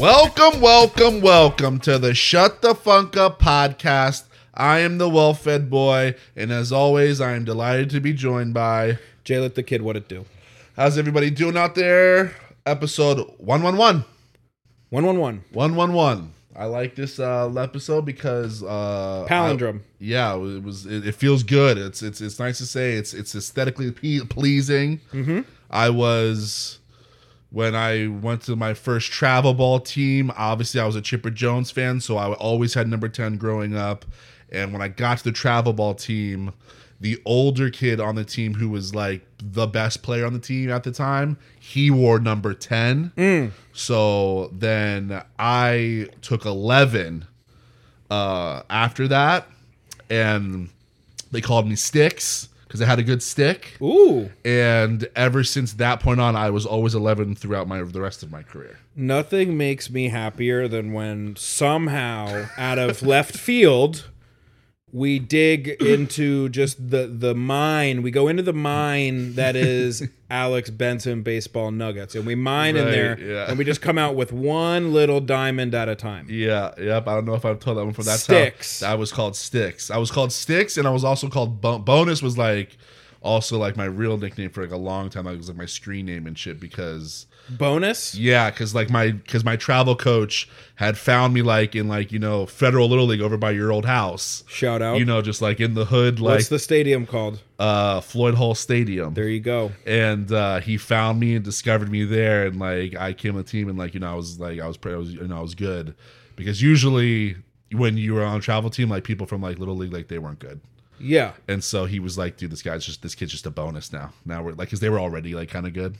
Welcome, welcome, welcome to the Shut the Funk Up podcast. I am the well fed boy, and as always, I am delighted to be joined by. Jay let the kid what it do. How's everybody doing out there? Episode 111. One one one. 111. I like this uh, episode because. Uh, Palindrome. I- yeah, it was. It, it feels good. It's it's it's nice to say. It's it's aesthetically pe- pleasing. Mm-hmm. I was when I went to my first travel ball team, obviously I was a Chipper Jones fan, so I always had number 10 growing up. And when I got to the travel ball team, the older kid on the team who was like the best player on the team at the time, he wore number 10. So then I took 11 uh, after that, and they called me Sticks because I had a good stick Ooh. and ever since that point on, I was always 11 throughout my the rest of my career. Nothing makes me happier than when somehow out of left field we dig into just the the mine. We go into the mine that is Alex Benson baseball nuggets and we mine in Right, there yeah. and we just come out with one little diamond at a time. Yeah, yep. I don't know if I've told that one for that Sticks. I was called Sticks. I was called Sticks, and I was also called Bo- Bonus. Was like also like my real nickname for like a long time. Like it was like my screen name and shit because Bonus? yeah, because like my because my travel coach had found me like in like you know Federal Little League over by your old house. Shout out. You know, just like in the hood, like What's the stadium called? uh, Floyd Hall Stadium. There you go. and uh, he found me and discovered me there and like i came on the team and like you know i was like i was pretty I was, you know i was good because usually when you were on a travel team like people from like little league like they weren't good Yeah. and so he was like dude this guy's just this kid's just a bonus now now we're like because they were already like kind of good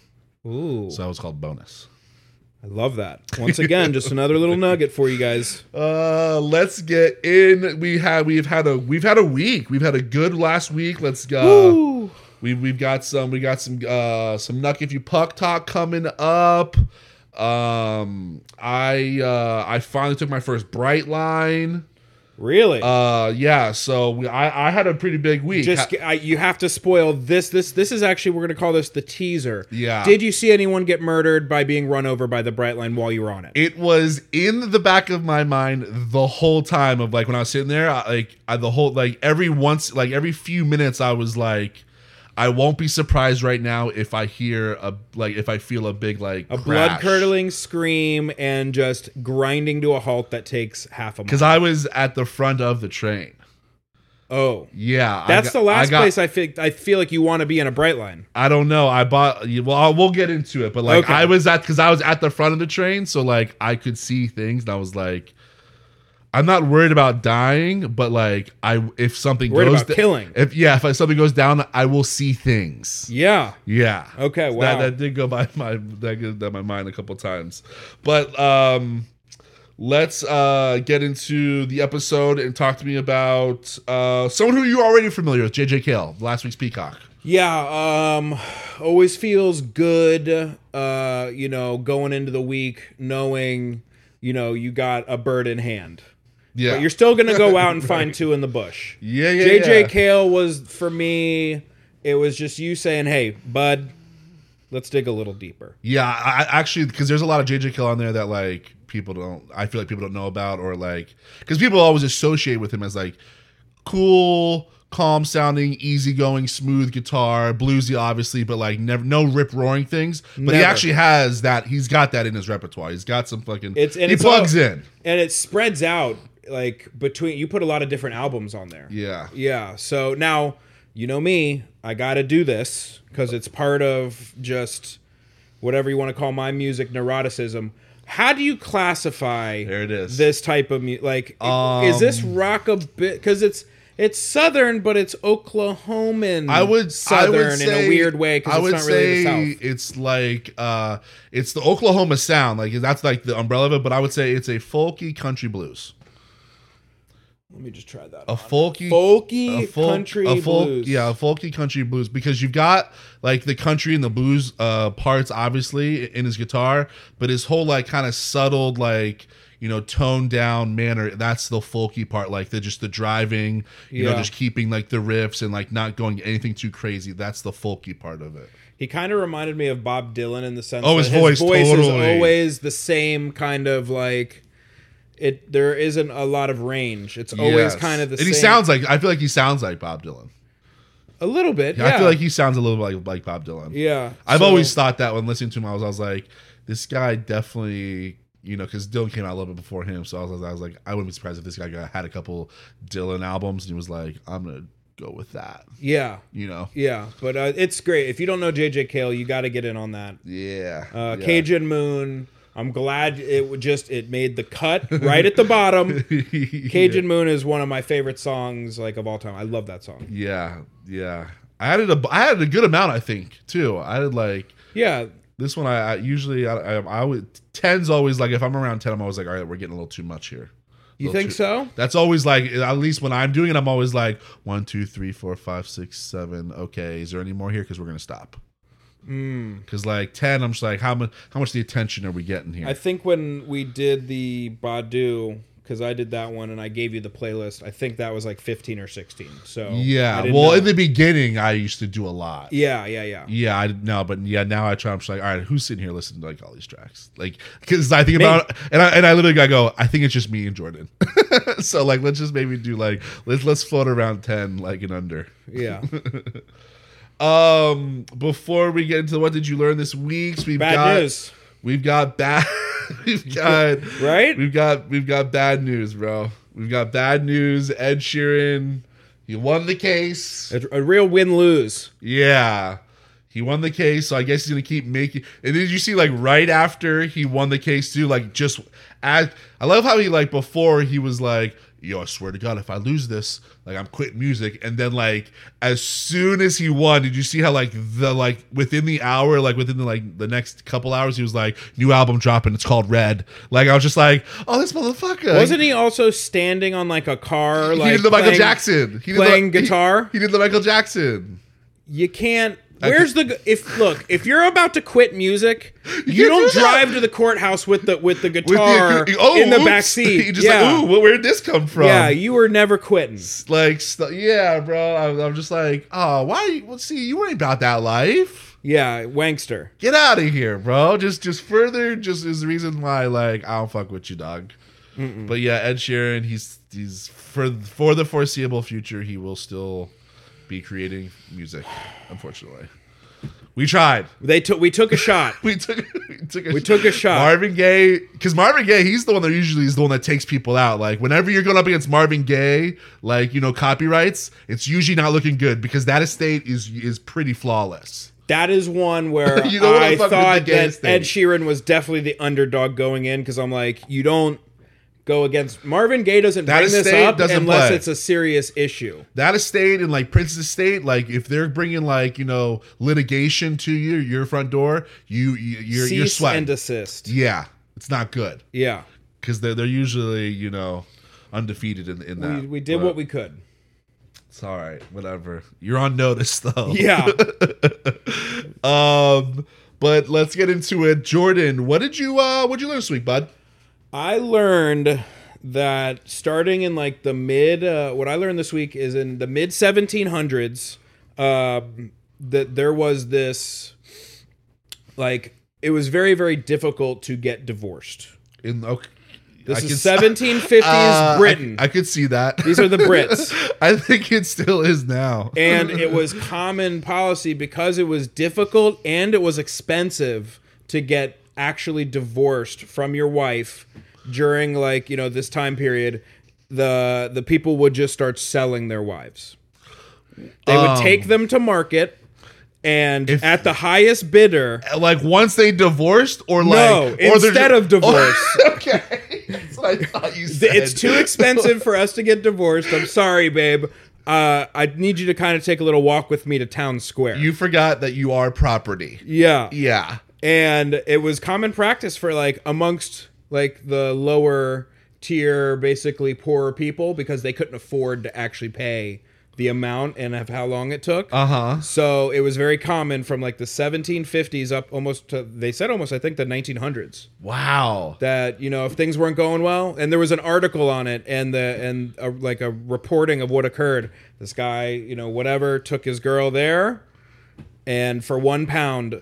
Ooh. so i was called bonus I love that. Once again, just another little nugget for you guys. uh let's get in we had we've had a we've had a week we've had a good last week let's go Ooh. We've we've got some we got some uh some knuck if you puck talk coming up. Um I uh I finally took my first bright line. Really? Uh yeah, so we, I I had a pretty big week. just I, you have to spoil this. This this is actually we're going to call this the teaser. Yeah. Did you see anyone get murdered by being run over by the bright line while you were on it? it was in the back of my mind the whole time of like when I was sitting there, I, like I, the whole like every once like every few minutes I was like I won't be surprised right now if I hear a like if I feel a big like A blood curdling scream and just grinding to a halt that takes half a mile. because I was at the front of the train. Oh. Yeah, I That's got- the last I got- place I think I feel like you want to be in a bright line. I don't know. I bought. Well, I- we'll get into it, but like Okay. I was at because I was at the front of the train, so like I could see things, and I was like, I'm not worried about dying, but like I if something Worried goes about killing. if yeah, if something goes down, I will see things. Yeah. Yeah. Okay, So wow. That, that did go by my that did that my mind a couple times, but um, let's uh get into the episode and talk to me about uh someone who you're already familiar with, JJ Kale, last week's Peacock. Yeah, um always feels good uh you know going into the week knowing you know you got a bird in hand. Yeah. But you're still going to go out and find two in the bush. Yeah, yeah, JJ yeah. Kale was for me it was just you saying, "Hey, bud, let's dig a little deeper." Yeah, I, I- actually, because there's a lot of JJ Kill on there that like people don't. I feel like people don't know about or like because people always associate with him as like cool, calm sounding, easygoing, smooth guitar, bluesy, obviously, but like never no rip roaring things. But he Never. actually has that. He's got that in his repertoire. He's got some fucking. It's- and he it's plugs all- in. And it spreads out like between you put a lot of different albums on there. Yeah. Yeah. So now, you know me, I got to do this because it's part of just whatever you want to call my music neuroticism. How do you classify There it is. Um, this type of music? Like, i- is this rock a bit? Because it's it's southern, but it's Oklahoman. I would southern I would say, in a weird way I because would it's not really say the south. It's like uh, it's the Oklahoma sound. Like that's like the umbrella of it. But I would say it's a folky country blues. Let me just try that. a on. folky, Folky country a folk, blues. Yeah, a folky country blues because you've got like the country and the blues uh, parts obviously in his guitar, but his whole like kind of subtle like you know, toned down manner. That's the folky part. Like the just the driving, you know, Yeah. just keeping like the riffs and like not going anything too crazy. That's the folky part of it. He kind of reminded me of Bob Dylan in the sense Oh, that his voice, is totally. always the same kind of like it. There isn't a lot of range. It's always Yes. kind of the and same. he sounds like I feel like he sounds like Bob Dylan. a little bit. Yeah, I feel like he sounds a little like like Bob Dylan. yeah. I've So- always thought that when listening to him, I was, I was like, this guy definitely, you know, because Dylan came out a little bit before him, so I was, I was like, I wouldn't be surprised if this guy got, had a couple Dylan albums and he was like, I'm gonna go with that, yeah. you know? Yeah, but uh, it's great. If you don't know JJ Cale, you got to get in on that. Yeah. Uh, yeah. Cajun Moon. I'm glad it would just it made the cut right at the bottom. Cajun Moon is one of my favorite songs like of all time. I love that song. Yeah, yeah. I added a, I added a good amount, I think, too. I did like Yeah, this one. I, I usually, I, I, I always ten's always like if I'm around ten, I'm always like, all right, we're getting a little too much here. you Little think too- so? That's always like, at least when I'm doing it, I'm always like, one, two, three, four, five, six, seven. Okay, is there any more here? Because we're gonna stop. Mm. Because like ten, I'm just like, how much? How much the attention are we getting here? I think when we did the Badu, because I did that one and I gave you the playlist. I think that was like 15 or 16. So I yeah. didn't Well, know. E in the beginning, I used to do a lot. yeah, yeah, yeah. Yeah, I no, but yeah, now I try. I'm just like, all right, who's sitting here listening to like all these tracks? Like, because I think about and I and I literally gotta go. I think it's just me and Jordan. so like, let's just maybe do like let's let's float around ten like and under. Yeah, Um, before we get into what did you learn this week, we've bad got news, we've got bad we've got right? we've got we've got bad news, bro. We've got bad news. Ed Sheeran, he won the case. A, a real win lose. Yeah. He won the case, so I guess he's gonna keep making. And did you see, like, right after he won the case, too? Like, just as I love how he like before he was like, "Yo, I swear to God, if I lose this, like, I'm quitting music." And then like, as soon as he won, did you see how like the like within the hour, like within the like the next couple hours, he was like, "New album dropping, it's called Red." Like, I was just like, "Oh, this motherfucker!" Wasn't he also standing on like a car? Like he did the Michael playing- Jackson? He did playing the, he- guitar? He, did the Michael Jackson. You can't. Where's the if look if you're about to quit music, you can't don't do that. drive to the courthouse with the with the guitar acou- in the oh, oops. back seat. You're just yeah, like, ooh, um." where did this come from? yeah, you were never quitting. like, st- yeah, bro. I'm, I'm just like, oh, why? Well, see, you ain't about that life. Yeah, wankster. Get out of here, bro. Just, just further, just is the reason why, like, I don't fuck with you, dog. But yeah, Ed Sheeran, he's he's for for the foreseeable future, he will still be creating music. Unfortunately, we tried. They took we took a shot. We took we took a, We took a shot. Marvin Gaye, because Marvin Gaye, he's the one that usually is the one that takes people out. Like whenever you're going up against Marvin Gaye, like you know copyrights, it's usually not looking good because that estate is is pretty flawless. That is one where You don't wanna I fuck with the thought gayest that thing. Ed Sheeran was definitely the underdog going in because I'm like, you don't go against Marvin Gaye doesn't That bring this estate up doesn't unless play. it's a serious issue. That estate and like Prince's estate, like if they're bringing like you know litigation to you, your front door, you, you you're you're Cease sweating. and desist. yeah, it's not good Yeah, because they're they're usually you know undefeated in in that. we, we did But what we could. It's all right, whatever. You're on notice though. Yeah. Um, but let's get into it. Jordan, what did you uh what did you learn this week, bud? I learned that starting in like the mid, uh, what I learned this week is in the mid 1700s, uh, that there was this, like, it was very, very difficult to get divorced. In okay, This I can- is 1750s uh, I- Britain. I, could see that. These are the Brits. I think it still is now. and it was common policy because it was difficult and it was expensive to get actually divorced from your wife during like you know this time period the the people would just start selling their wives they would Um, take them to market and at the highest bidder like once they divorced or like no or they're instead ju- of divorce okay. That's what I thought you said. it's too expensive for us to get divorced i'm sorry babe uh, i need you to kind of take a little walk with me to town square You forgot that you are property. yeah Yeah. and it was common practice for like amongst like the lower tier basically poorer people because they couldn't afford to actually pay the amount and of how long it took. Uh huh. So it was very common from like the 1750s up almost to they said almost I think the 1900s Wow. that you know if things weren't going well and there was an article on it and the and a, like a reporting of what occurred this guy you know whatever took his girl there and for one pound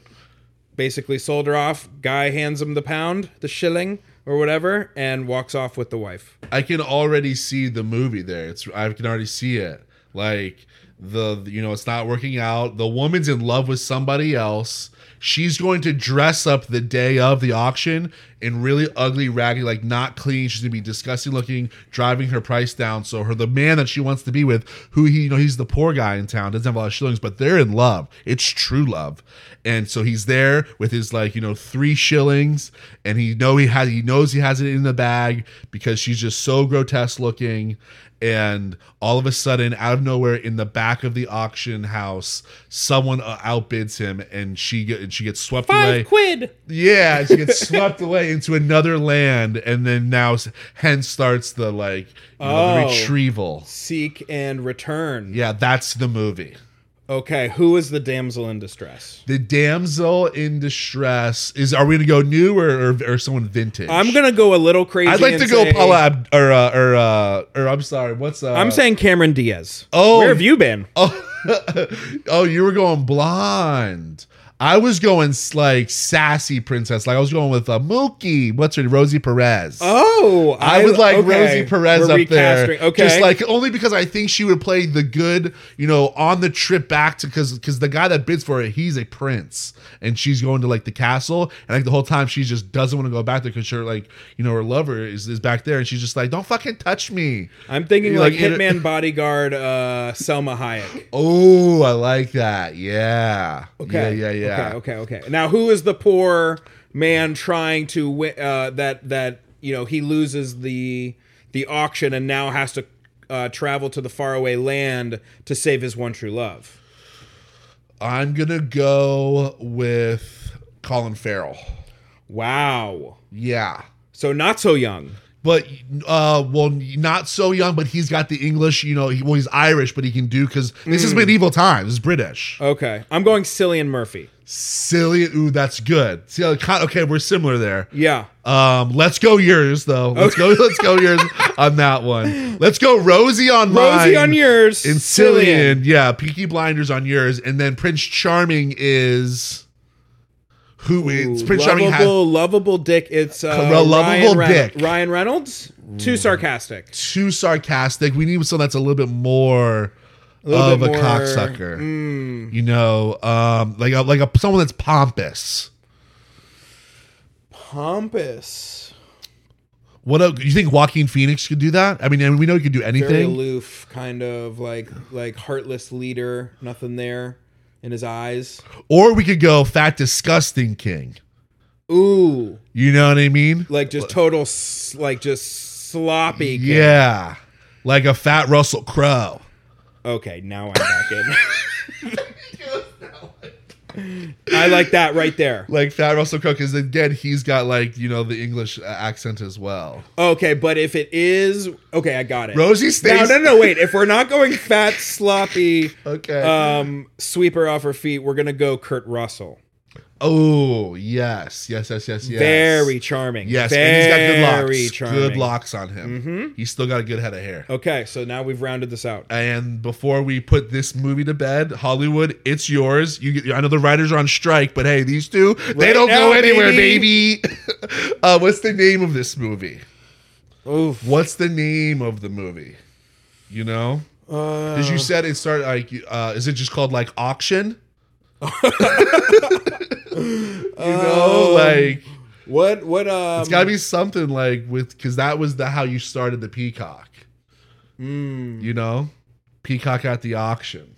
basically sold her off guy hands him the pound the shilling or whatever and walks off with the wife I can already see the movie there. It's I can already see it. Like the you know, it's not working out. The woman's in love with somebody else. She's going to dress up the day of the auction in really ugly, raggedy, like not clean. She's gonna be disgusting looking, driving her price down. So her the man that she wants to be with, who he you know he's the poor guy in town, doesn't have a lot of shillings, but they're in love. It's true love, and so he's there with his like you know three shillings, and he know he has he knows he has it in the bag because she's just so grotesque looking, and all of a sudden out of nowhere in the back of the auction house, someone uh, outbids him, and she get, and she gets swept away. quid Yeah, she gets swept away into another land, and then now, s- hence starts the like you know, Oh. the retrieval. seek and return Yeah, that's the movie. okay who is the damsel in distress The damsel in distress is. Are we gonna go new or or, or someone vintage? i'm gonna go a little crazy I'd like and to go say- Paula Ab- or uh, or uh, or I'm sorry. What's uh, i'm saying cameron diaz Oh. where have you been Oh, oh, you were going blonde. I was going s- like sassy princess. Like I was going with a uh, Mookie. What's her Rosie Perez. Oh, I would like okay. Rosie Perez We're up there. recasting. Okay, Just like only because I think she would play the good, you know, on the trip back to because because the guy that bids for it, he's a prince, and she's going to like the castle, and like the whole time she just doesn't want to go back there because her like you know her lover is, is back there, and she's just like, don't fucking touch me. I'm thinking you like, like in a- Hitman Bodyguard, uh, Selma Hayek. Oh, I like that. Yeah. Okay, Yeah. Yeah. Yeah. Okay, okay, okay. Now, who is the poor man trying to win? Uh, that that you know he loses the the auction and now has to uh, travel to the faraway land to save his one true love. I'm gonna go with Colin Farrell. Wow. Yeah. So not so young. but uh well not so young but he's got the english you know he, well he's irish but he can do because this Hmm. is medieval times it's british Okay, I'm going Cillian Murphy. silly ooh that's good see uh, co- okay we're similar there Yeah. um let's go yours though let's go let's go yours on that one let's go rosie on Rosie mine on yours. and cillian yeah peaky blinders on yours and then prince charming is who is Ooh, prince charming has lovable, lovable dick. It's uh, Correct, lovable Ryan Reynolds. dick. Mm. Ryan Reynolds, too sarcastic. too sarcastic. We need someone that's a little bit more little of bit a more- mm. cocksucker. You know, um, like a, like a, someone that's pompous. Pompous, What a, you think Joaquin Phoenix could do that? I mean, and we know he could do very anything. aloof, kind of like like heartless leader. Nothing there in his eyes. Or we could go fat, disgusting king. Ooh, You know what I mean? like just total, s- like just sloppy. kid. Yeah, like a fat Russell Crowe. Okay, now I'm back in. I like that right there. Like fat Russell Crowe, because again, he's got like you know the English uh, accent as well. Okay, but if it is okay, I got it. Rosie No, stays. no, no. Wait. If we're not going fat, sloppy, Okay. um, sweep her off her feet, we're gonna go Kurt Russell. oh yes, yes, yes, yes, yes. Very charming. Yes, Very and he's got good locks. Charming. Mm-hmm. Oh. Good locks on him. He's still got a good head of hair. Okay, so now we've rounded this out. And before we put this movie to bed, Hollywood, it's yours. You, get- I know the writers are on strike, but hey, these two, they Right don't now, go anywhere, baby. baby. uh, what's the name of this movie? Oof. What's the name of the movie? You know, because Oh. you said it started like, uh, is it just called like auction? you know, like what? What? Um, It's gotta be something like with because that was the how you started the peacock. Hmm. You know, peacock at the auction.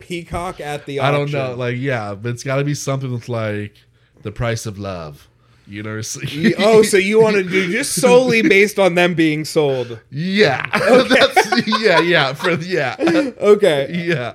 peacock at the. I don't auction. know, like yeah, but it's gotta be something with like the price of love. You know, so- Y- oh, so you want to do just solely based on them being sold? yeah, That's, yeah, yeah, for yeah, Okay. yeah.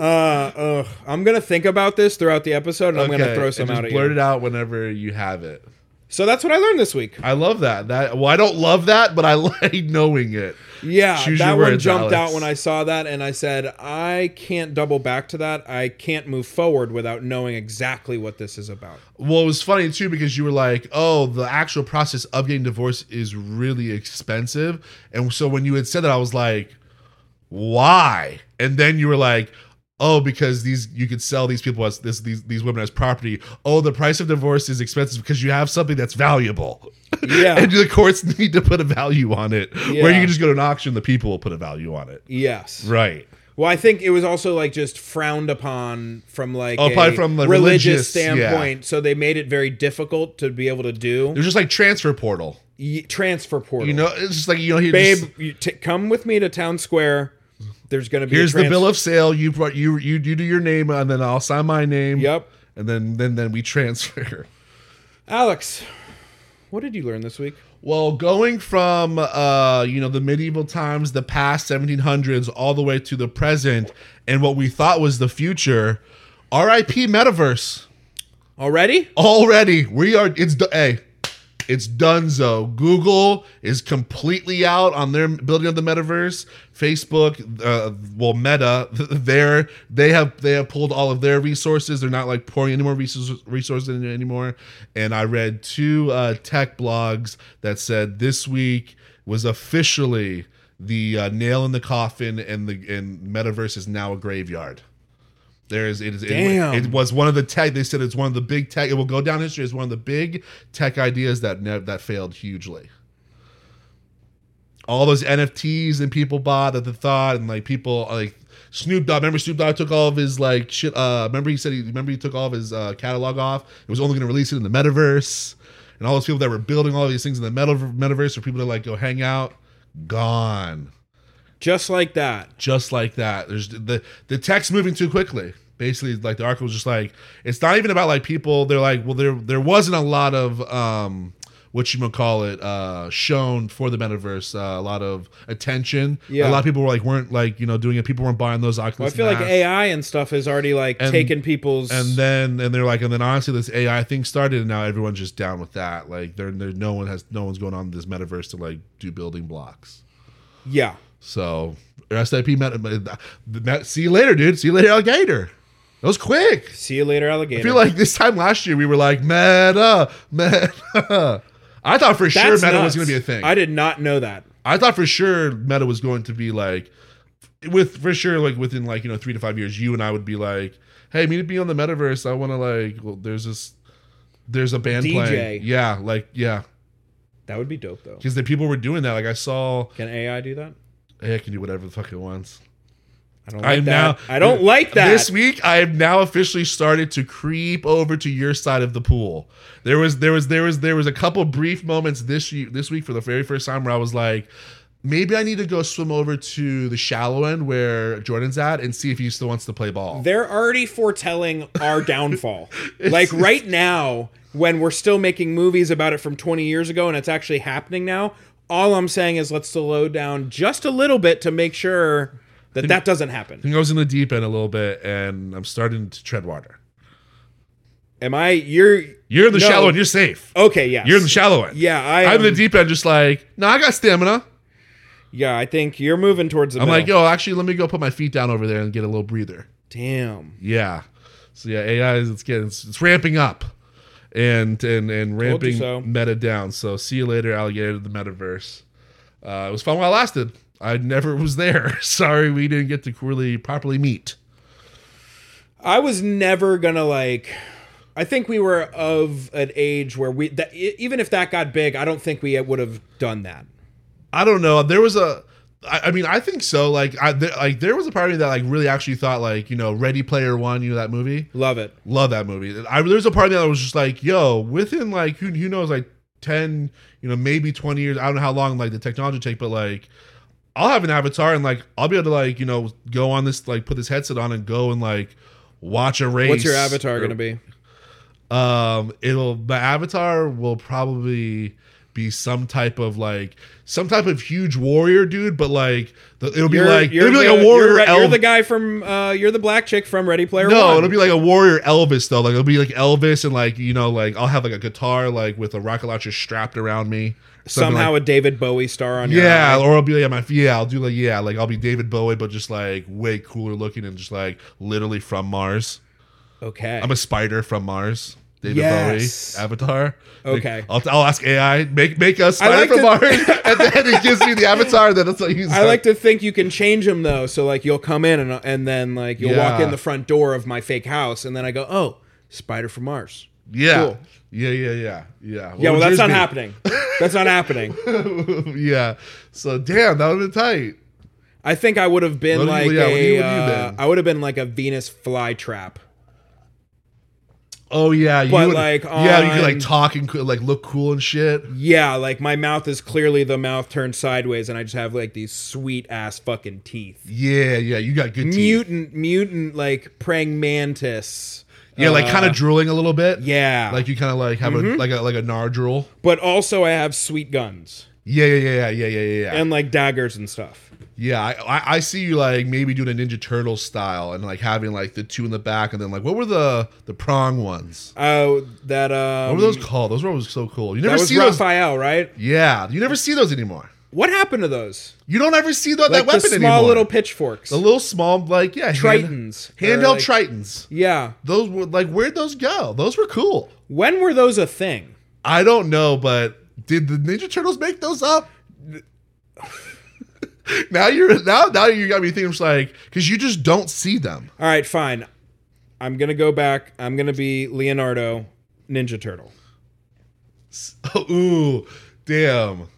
Uh, ugh. I'm gonna think about this throughout the episode, and I'm Okay, gonna throw and some just out at blurt you. it out whenever you have it. So that's what I learned this week. I love that. That well, I don't love that, but I like knowing it. Yeah, Choose that your one words, jumped Alex. out when I saw that, and I said, I can't double back to that. I can't move forward without knowing exactly what this is about. Well, it was funny too because you were like, "Oh, the actual process of getting divorced is really expensive," and so when you had said that, I was like, "Why?" And then you were like, "Oh, because these you could sell these people as this these these women as property. Oh, the price of divorce is expensive because you have something that's valuable." Yeah. and the courts need to put a value on it. Where you Yeah. can just go to an auction, the people will put a value on it. Yes. Right. Well, I think it was also like just frowned upon from like Oh, a probably from the religious, standpoint. So they made it very difficult to be able to do There's just like transfer portal. Ye- transfer portal. You know, it's just like you know, here babe, just- you t- come with me to town square. There's going to be here's a trans- the bill of sale. You brought you you you do your name, and then I'll sign my name. Yep. And then then then we transfer. Alex, what did you learn this week? Well, going from uh, you know the medieval times, the past 1700s, all the way to the present, and what we thought was the future. R.I.P. Metaverse. Already? Already, we are. It's do- hey, it's Dunzo. Google is completely out on their building of the metaverse. Facebook, uh, well, Meta, they're they have they have pulled all of their resources. They're not like pouring any more resources resources into it anymore. And I read two uh, tech blogs that said this week was officially the uh, nail in the coffin, and the and metaverse is now a graveyard. There is it is it- Damn. It, was one of the tech. They said it's one of the big tech. It will go down in history as one of the big tech ideas that ne- that failed hugely. All those NFTs and people bought at the thought and like people like Snoop Dogg. Remember Snoop Dogg took all of his like shit. Uh, remember he said he remember he took all of his uh, catalog off. It was only going to release it in the metaverse. And all those people that were building all these things in the meta- metaverse for people to like go hang out, gone Just like that. just like that. There's the the text moving too quickly. Basically, like the article was just like it's not even about like people. They're like, well, there there wasn't a lot of um what you call it uh shown for the metaverse. Uh, a lot of attention. a Yeah. lot of people were like weren't like you know doing it. People weren't buying those Oculus. I feel like masks. AI and stuff is already like And- taking people's. And then and they're like, and then honestly, this AI thing started, and now everyone's just down with that. Like, there, there, no one has, no one's going on this metaverse to like do building blocks. yeah. So SIP met, uh, See you later, dude. See you later, alligator. That was quick. See you later, alligator. I feel like this time last year we were like meta, meta. I thought for sure That's meta was nuts. going to be a thing. I I, did not know that. thought for sure meta was going to be like with for sure like within like you know three to five years you and I would be like, hey, me to be on the metaverse. I want to like well, there's this there's a band DJ. playing. Yeah, like yeah, That would be dope though. because the people were doing that. Like I saw, Can AI do that? hey, I can do whatever the fuck it wants. I don't I'm like that. now- I don't like that. This week, I have now officially started to creep over to your side of the pool. There was there was there was there was a couple brief moments this ye- this week for the very first time where I was like, maybe I need to go swim over to the shallow end where Jordan's at and see if he still wants to play ball. They're already foretelling our downfall. like right now, when we're still making movies about it from 20 years ago and it's actually happening now, all I'm saying is let's slow down just a little bit to make sure that that doesn't happen. He goes in the deep end a little bit, and I'm starting to tread water. Am I? You're. You're in the No. shallow end. You're safe. Okay, yes. You're in the shallow end. Yeah, I I'm in the am- deep end. Just like no, I got stamina. Yeah, I think you're moving towards the I'm middle. like, yo, actually, let me go put my feet down over there and get a little breather. Damn. Yeah. So yeah, AI is it's getting it's, it's ramping up and and and ramping so. meta down. So see you later, alligator the metaverse. Uh, it was fun while it lasted. I never was there. Sorry we didn't get to really properly meet. I was never gonna like. I think we were of an age where we, that, e- even if that got big, I don't think we would have done that. I don't know. There was a I, I mean, I think so. Like I there, like there was a part of me that like really actually thought like, you know, Ready Player One, you know that movie? Love it. Love that movie. I there's a part of me that was just like, yo, within like who who knows like ten, you know, maybe twenty years. I don't know how long like the technology take, but like I'll have an avatar and like I'll be able to like you know go on this like put this headset on and go and like watch a race. What's your avatar gonna be? Um, it'll my avatar will probably be some type of like some type of huge warrior dude, but like the, it'll be You're, like you're it'll be the- like a you're warrior re- You're, elf. the guy from. Uh, you're the black chick from Ready Player no, One. it'll be like a warrior Elvis though. Like it'll be like Elvis and like you know like I'll have like a guitar like with a rocket launcher strapped around me. Something somehow like- a David Bowie star on your yeah, eye. or I'll be like, I'm like, yeah, I'll do like, yeah, like I'll be David Bowie, but just like way cooler looking and just like literally from Mars. Okay. I'm a spider from Mars. David Yes. Bowie, Avatar. Like, Okay. I'll, I'll ask AI make make us spider like from to- Mars, and then he gives me the Avatar. Then that's like he's I like to think you can change them though. So like you'll come in and and then like you'll walk Yeah. in the front door of my fake house and then I go, "Oh, Spider from Mars." yeah. cool. yeah, yeah, yeah, yeah. What yeah, well would that's yours not be? happening. That's not happening. yeah. So damn, that would have been tight. I think I would have been What do you- like yeah, what do you- a what do you uh, been? I would have been like a Venus flytrap. Oh yeah, you But, would- like, yeah, you could on- like talk and like look cool and shit. Yeah, like my mouth is clearly the mouth turned sideways and I just have like these sweet ass fucking teeth. Yeah, yeah, you got good teeth. Mutant mutant like praying mantis. Yeah, like kind Uh, of drooling a little bit. yeah. Mm-hmm. like you kind of like have a like a like a gnar drool. but also I have sweet guns Yeah, yeah, yeah, yeah, yeah, yeah, yeah. and like daggers and stuff. yeah, I, I I see you like maybe doing a Ninja Turtle style and like having like the two in the back and then like what were the the prong ones? Oh, that uh, What were those called? Those were always so cool. You That never was see those. Raphael, right? Yeah, you never see those anymore. What happened to those? You don't ever see tho- Like that weapon the small anymore. little pitchforks, the little small like yeah hand- tritons, or, handheld like- tritons. Yeah, Those were like where'd those go? Those were cool. when were those a thing? I don't know, but did the Ninja Turtles make those up? now you're now now you got me thinking it's like because you just don't see them. All right, fine. I'm gonna go back. I'm gonna be Leonardo, Ninja Turtle. Ooh, damn.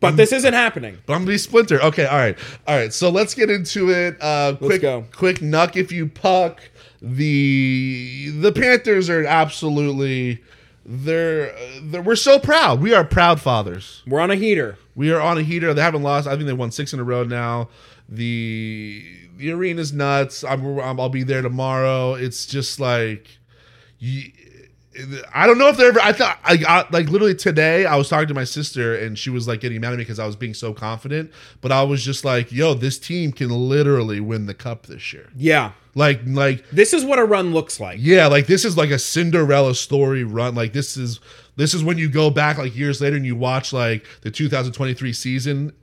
But this isn't happening. But I'm gonna be Splinter. Okay, all right, all right. So let's get into it. Uh, quick, go. quick knuck if you puck. The the Panthers are absolutely. They're, they're we're so proud. We are proud fathers. We're on a heater. We are on a heater. They haven't lost. I think they won six in a row now. The the arena's nuts. I'm, I'm I'll be there tomorrow. It's just like, you, I don't know if they're ever. I thought I got like literally today. I was talking to my sister and she was like getting mad at me because I was being so confident. But I was just like, yo, this team can literally win the cup this year. Yeah, Like like this is what a run looks like. yeah, like this is like a Cinderella story run. Like this is this is when you go back like years later and you watch like the 2023 season.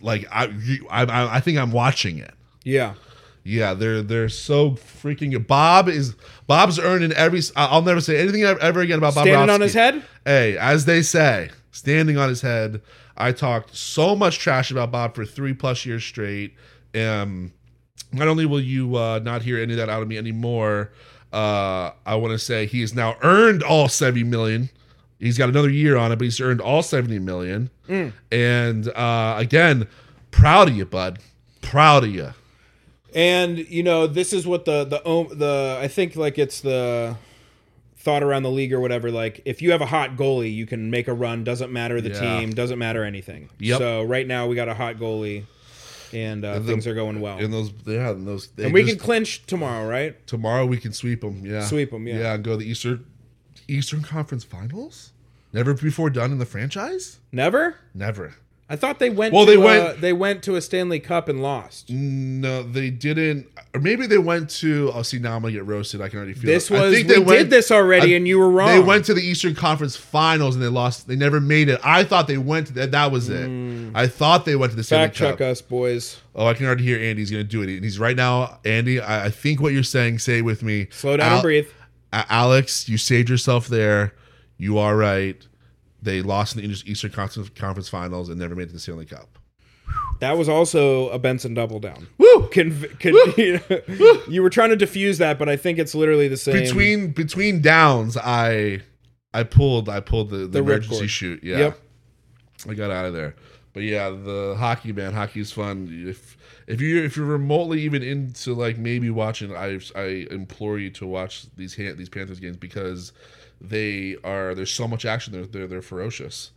Like I you- I I, I think I'm watching it. Yeah, Yeah, they're they're so freaking. Bob is Bob's earning every. I- I'll never say anything ever again about Bob. standing on Rofsky. his head. Hey, as they say, standing on his head. I talked so much trash about Bob for three plus years straight. Um, not only will you uh, not hear any of that out of me anymore, uh, I want to say he has now earned all seventy million. He's got another year on it, but he's earned all seventy million. Mm. And uh, again, proud of you, bud. Proud of you. And you know, this is what the the o- the I think like it's the thought around the league or whatever. Like, if you have a hot goalie, you can make a run. Doesn't matter the Yeah. team. Doesn't matter anything. Yep. So right now we got a hot goalie, and uh, things are going well. And those, yeah, and those. They and we just- can clinch tomorrow, right? tomorrow we can sweep them. Yeah, Sweep 'em, yeah. yeah, and go to the Eastern Eastern Conference Finals. Never before done in the franchise. Never. Never. I thought they went. Well, to, they uh, went- they went to a Stanley Cup and lost. No, they didn't. Or maybe they went to. Oh, see, now I'm gonna get roasted. I can already feel. This it. I was we did this already, I- and you were wrong. They went to the Eastern Conference Finals and they lost. They never made it. I thought they went. To, that that was it. I thought they went to the Stanley Hmm. fact Cup. check us, boys. Oh, I can already hear Andy's gonna do it. And he's right now. Andy, I, I think what you're saying. Say it with me. Slow down and Al- breathe. A- Alex, you saved yourself there. You are right. They lost in the Eastern- Eastern Conference Conference Finals and never made it to the Stanley Cup. That was also a Benson double down. Woo! Conv- con- you were trying to diffuse that, but I think it's literally the same. Between between downs, I I pulled I pulled the, the, emergency ripcord. shoot. Yeah, Yep. I got out of there. But yeah, the hockey man, hockey's fun. If if you if you're remotely even into like maybe watching, I I implore you to watch these Han- these Panthers games because they are there's so much action. They're they're, they're ferocious.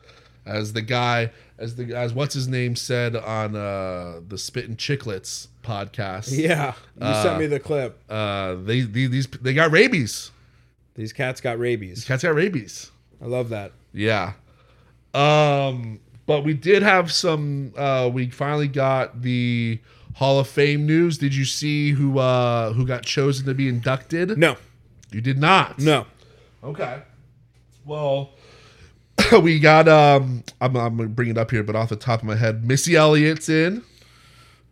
As the guy, as the as what's his name said on uh, the Spit and Chicklets podcast, yeah, you sent me the clip. uh, they, they these they got rabies. These cats got rabies. Cats got rabies. I love that. Yeah. Um, but we did have some. Uh, we finally got the Hall of Fame news. Did you see who uh, who got chosen to be inducted? No, you did not. no. Okay. Well, we got. Um, I'm, I'm gonna bring it up here, but off the top of my head, Missy Elliott's in.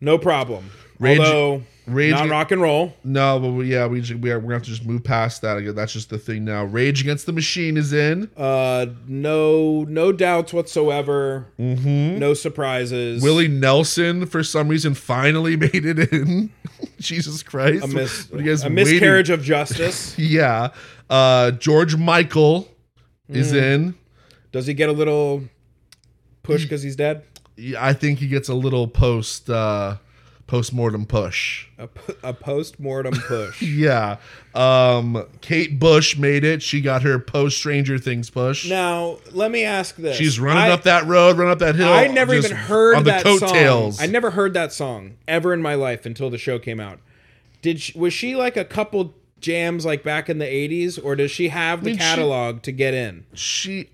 No problem. Rage- Although Rage- not rock and roll. No, but we, yeah, we ju- we are, we're gonna have to just move past that. Again, That's just the thing now. Rage Against the Machine is in. Uh, no, no doubts whatsoever. Mm-hmm. No surprises. Willie Nelson, for some reason, finally made it in. Jesus Christ! a, mis- What are you guys a waiting- miscarriage of justice. Yeah. Uh, George Michael is Hmm. in. Does he get a little push because he's dead? I think he gets a little post uh, post mortem push. A, p- a post mortem push. Yeah. Um, Kate Bush made it. She got her post Stranger Things push. now, let me ask this. She's running I- up that road, running up that hill. I never even just heard on the that coattails. song. I never heard that song ever in my life until the show came out. Did she, was she like a couple jams like back in the eighties, or does she have the mean, she- catalog to get in? she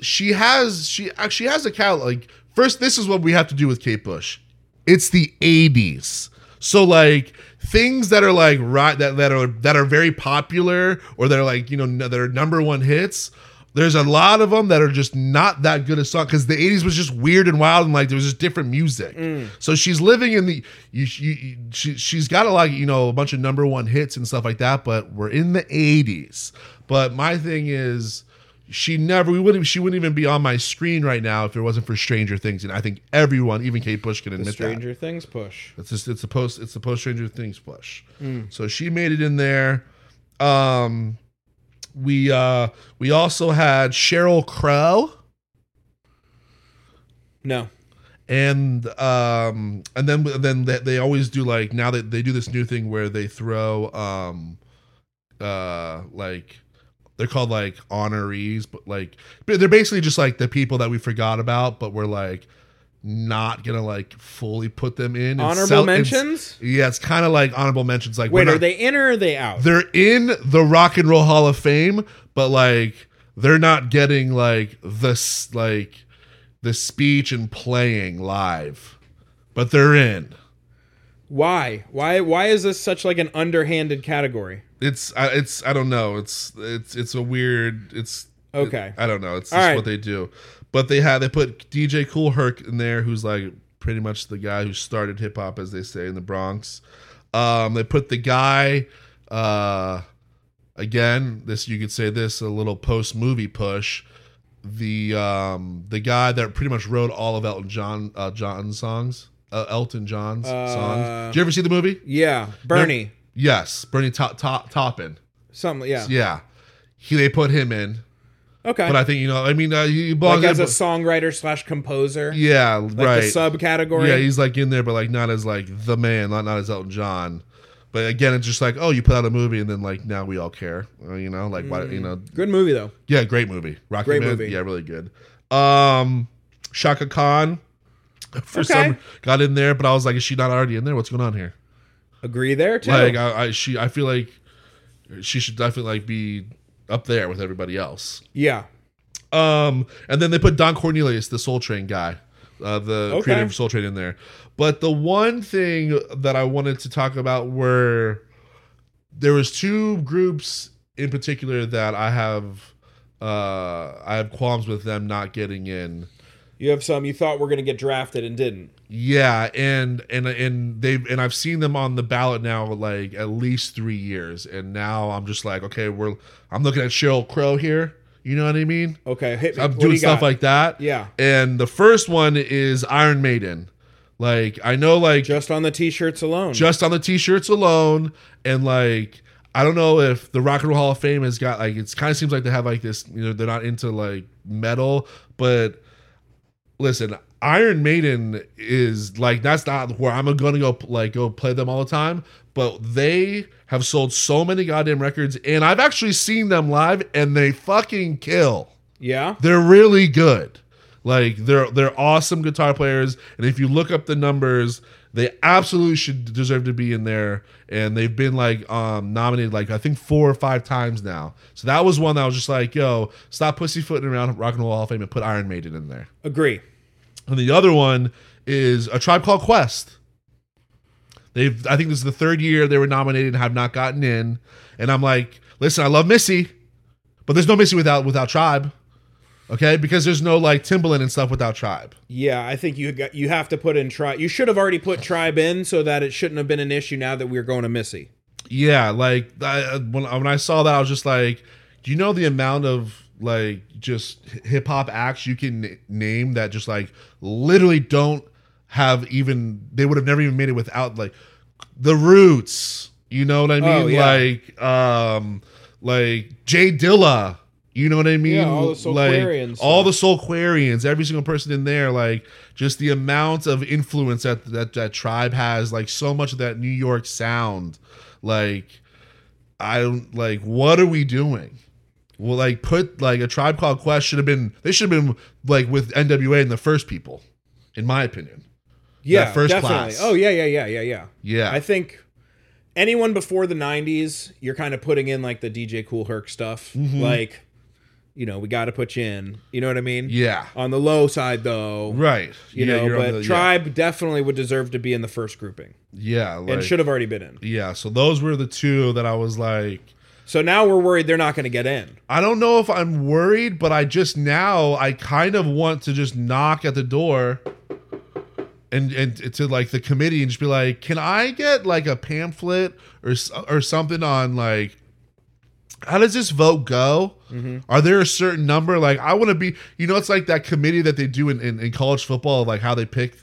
she has she actually has a catalog. Like first, this is what we have to do with Kate Bush. It's the '80s, so like things that are like right that that are that are very popular or that are like you know n- that are number one hits. There's a lot of them that are just not that good a song because the '80s was just weird and wild and like there was just different music. So she's living in the you, you, you- she she's got a lot you know a bunch of number one hits and stuff like that. But we're in the '80s. But my thing is, she never we wouldn't she wouldn't even be on my screen right now if it wasn't for Stranger Things. And I think everyone, even Kate Bush, can admit that. Stranger Things push. It's just it's a post it's a post Stranger Things push. So she made it in there. Um we uh we also had Cheryl Crow No, and um and then then they, they always do like now that they do this new thing where they throw um uh like they're called like honorees but like but they're basically just like the people that we forgot about but we're like not gonna like fully put them in and honorable cel- and- mentions. yeah it's kind of like honorable mentions like Wait, we're are not- they in or are they out? they're in the rock and roll hall of fame but like they're not getting like this like the speech and playing live but they're in Why? Why? Why is this such like an underhanded category? it's I it's i don't know it's it's it's a weird it's Okay. i don't know it's All just right. what they do but they have they put dj cool herc in there who's like pretty much the guy who started hip-hop as they say in the bronx um they put the guy uh again this you could say this a little post movie push the um the guy that pretty much wrote all of elton john uh john songs uh, elton john's Uh, songs did you ever see the movie Yeah, Bernie. yes bernie top top toppin Something. Yeah. yeah he they put him in Okay. but i think you know i mean uh, he belongs like as in, a songwriter slash composer. yeah like right the subcategory. yeah he's like in there but like not as like the man not not as elton john but again it's just like oh you put out a movie and then like now we all care Uh, you know like why you know Good movie though. Yeah, great movie. Rocky Mm. Great Man. movie. Yeah, really good. Um Shaka Khan for Okay. some got in there, but I was like, is she not already in there? What's going on here? Agree there too. Like I, I she I feel like she should definitely like be up there with everybody else. yeah. Um and then they put Don Cornelius, the Soul Train guy. Uh, the Okay. creator of Soul Train in there. But the one thing that I wanted to talk about were there was two groups in particular that I have uh I have qualms with them not getting in. You have some you thought were going to get drafted and didn't. Yeah, and and and they've and I've seen them on the ballot now like at least three years, and now I'm just like, okay, we're I'm looking at Cheryl Crow here. You know what I mean? Okay, hit me. I'm What do doing you stuff got? like that. Yeah. And the first one is Iron Maiden. Like I know, like just on the t-shirts alone. just on the t-shirts alone and like i don't know if the rock and roll hall of fame has got like it's kind of seems like they have like this you know they're not into like metal but listen iron maiden is like that's not where i'm gonna go like go play them all the time but they have sold so many goddamn records and i've actually seen them live and they fucking kill yeah. they're really good. Like they're they're awesome guitar players, and if you look up the numbers, They absolutely should deserve to be in there, and they've been like um, nominated like I think four or five times now. So that was one that was just like, yo, stop pussyfooting around Rock and Roll Hall of Fame and put Iron Maiden in there. Agree. And the other one is A Tribe Called Quest. They've I think this is the third year they were nominated and have not gotten in. And I'm like, listen, I love Missy, but there's no Missy without without Tribe. Okay? Because there's no like Timbaland and stuff without Tribe. Yeah, I think you got you have to put in tribe. You should have already put tribe in so that it shouldn't have been an issue. Now that we're going to Missy, Yeah, like I, when when I saw that I was just like, do you know the amount of like just hip hop acts you can n- name that just like literally don't have even they would have never even made it without like the roots you know what i mean Oh, yeah. like um like jay dilla you know what i mean Yeah, all the Soulquarians like all the soulquarians every single person in there like just the amount of influence that that, that tribe has like so much of that new york sound like i don't like what are we doing well like put like a tribe called quest should have been they should have been like with nwa and the first people in my opinion yeah, That first definitely. class. Oh yeah, yeah, yeah, yeah, yeah. yeah I think anyone before the '90s, you're kind of putting in like the DJ Cool Herc stuff. Mm-hmm. Like, you know, we got to put you in. You know what I mean? yeah On the low side, though, right you yeah, know, you're on but the- yeah. tribe definitely would deserve to be in the first grouping yeah, like, and should have already been in. yeah so those were the two that i was like So now we're worried they're not going to get in. i don't know if i'm worried but i just now i kind of want to just knock at the door and and to like the committee and just be like can i get like a pamphlet or s- or something on like how does this vote go? Are there a certain number? Like, I want to be, you know, it's like that committee that they do in, in, in college football of like how they pick Mm.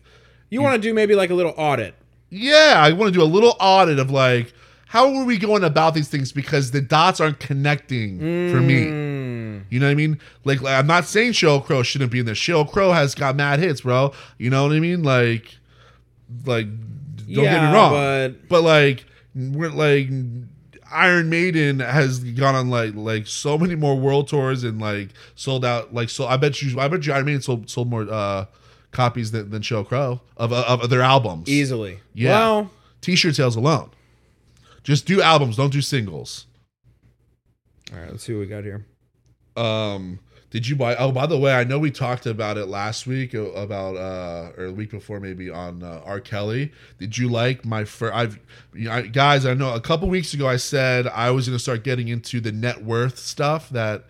You want to do maybe like a little audit. Yeah, I want to do a little audit of like how are we going about these things because the dots aren't connecting for me. Mm. You know what I mean? Like, like, I'm not saying Sheryl Crow shouldn't be in this. Sheryl Crow has got mad hits, bro. You know what I mean? Like, like don't get Mm, Yeah, me wrong, but- but like we're like Iron Maiden has gone on like like so many more world tours and like sold out like so I bet you I bet you Iron Maiden sold sold more uh copies than, than Sheryl Crow of, of of their albums Easily. Yeah. Well, t-shirt sales alone. Just do albums, don't do singles. all right, let's see what we got here. Um, did you buy? Oh, by the way, I know we talked about it last week uh, about uh or the week before maybe on uh, R. Kelly. Did you like my first? I've you know, I, guys, I know a couple weeks ago I said I was gonna start getting into the net worth stuff that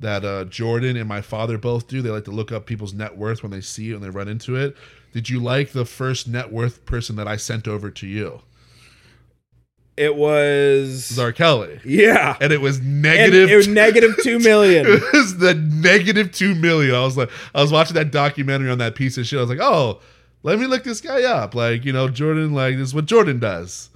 that uh Jordan and my father both do. They like to look up people's net worth when they see it and they run into it. Did you like the first net worth person that I sent over to you? It was. It was R. Kelly, Yeah. and it was And negative it was negative two million. it was the negative two million. I was like, I was watching that documentary on that piece of shit. I was like, oh, let me look this guy up. Like, you know, Jordan, like this is what Jordan does.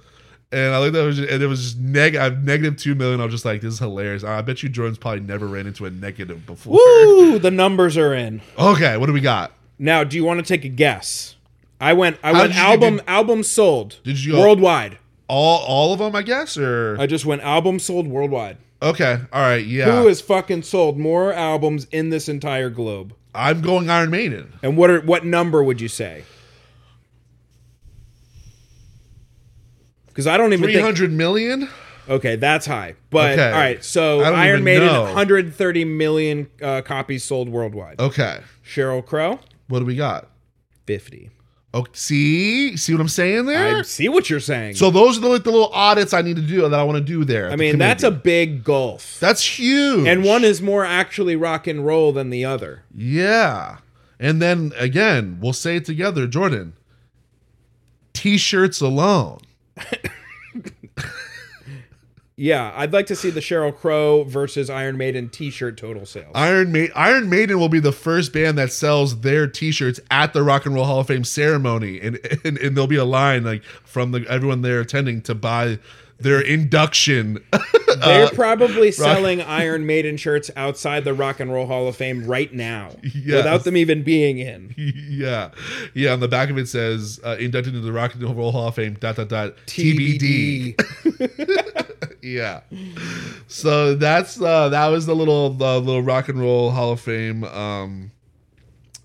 And I looked at it, was- and it was just neg- I have negative two million. I was just like, this is hilarious. I bet you Jordan's probably never ran into a negative before. Woo! The numbers are in. Okay, what do we got? Now, do you want to take a guess? I went. I How went did you album do- album sold. Did you go- worldwide? All all of them, I guess, or I just went album sold worldwide. okay, all right, yeah. Who has fucking sold more albums in this entire globe? I'm going Iron Maiden. And what are what number would you say? Because I don't even Three think. hundred million. Okay, that's high. But Okay. all right, so I don't Iron even Maiden, know. 130 million uh, copies sold worldwide. Okay, Cheryl Crow, what do we got? 50. Oh, see, see what I'm saying there. I see what you're saying. Eh. So those are the, the little audits I need to do that I want to do there. I mean, that's a big gulf. that's huge. And one is more actually rock and roll than the other. yeah, and then again, we'll say it together, Jordan. T-shirts alone. Yeah, I'd like to see the Cheryl Crow versus Iron Maiden T-shirt total sales. Iron Ma- Iron Maiden will be the first band that sells their T-shirts at the Rock and Roll Hall of Fame ceremony, and and, and there'll be a line like from the everyone there attending to buy their induction. They're uh, probably selling Iron Maiden shirts outside the Rock and Roll Hall of Fame right now, Yes. without them even being in. yeah, yeah. On the back of it says uh, inducted into the Rock and Roll Hall of Fame. Dot dot dot. TBD. yeah so that's uh that was the little the little rock and roll hall of fame um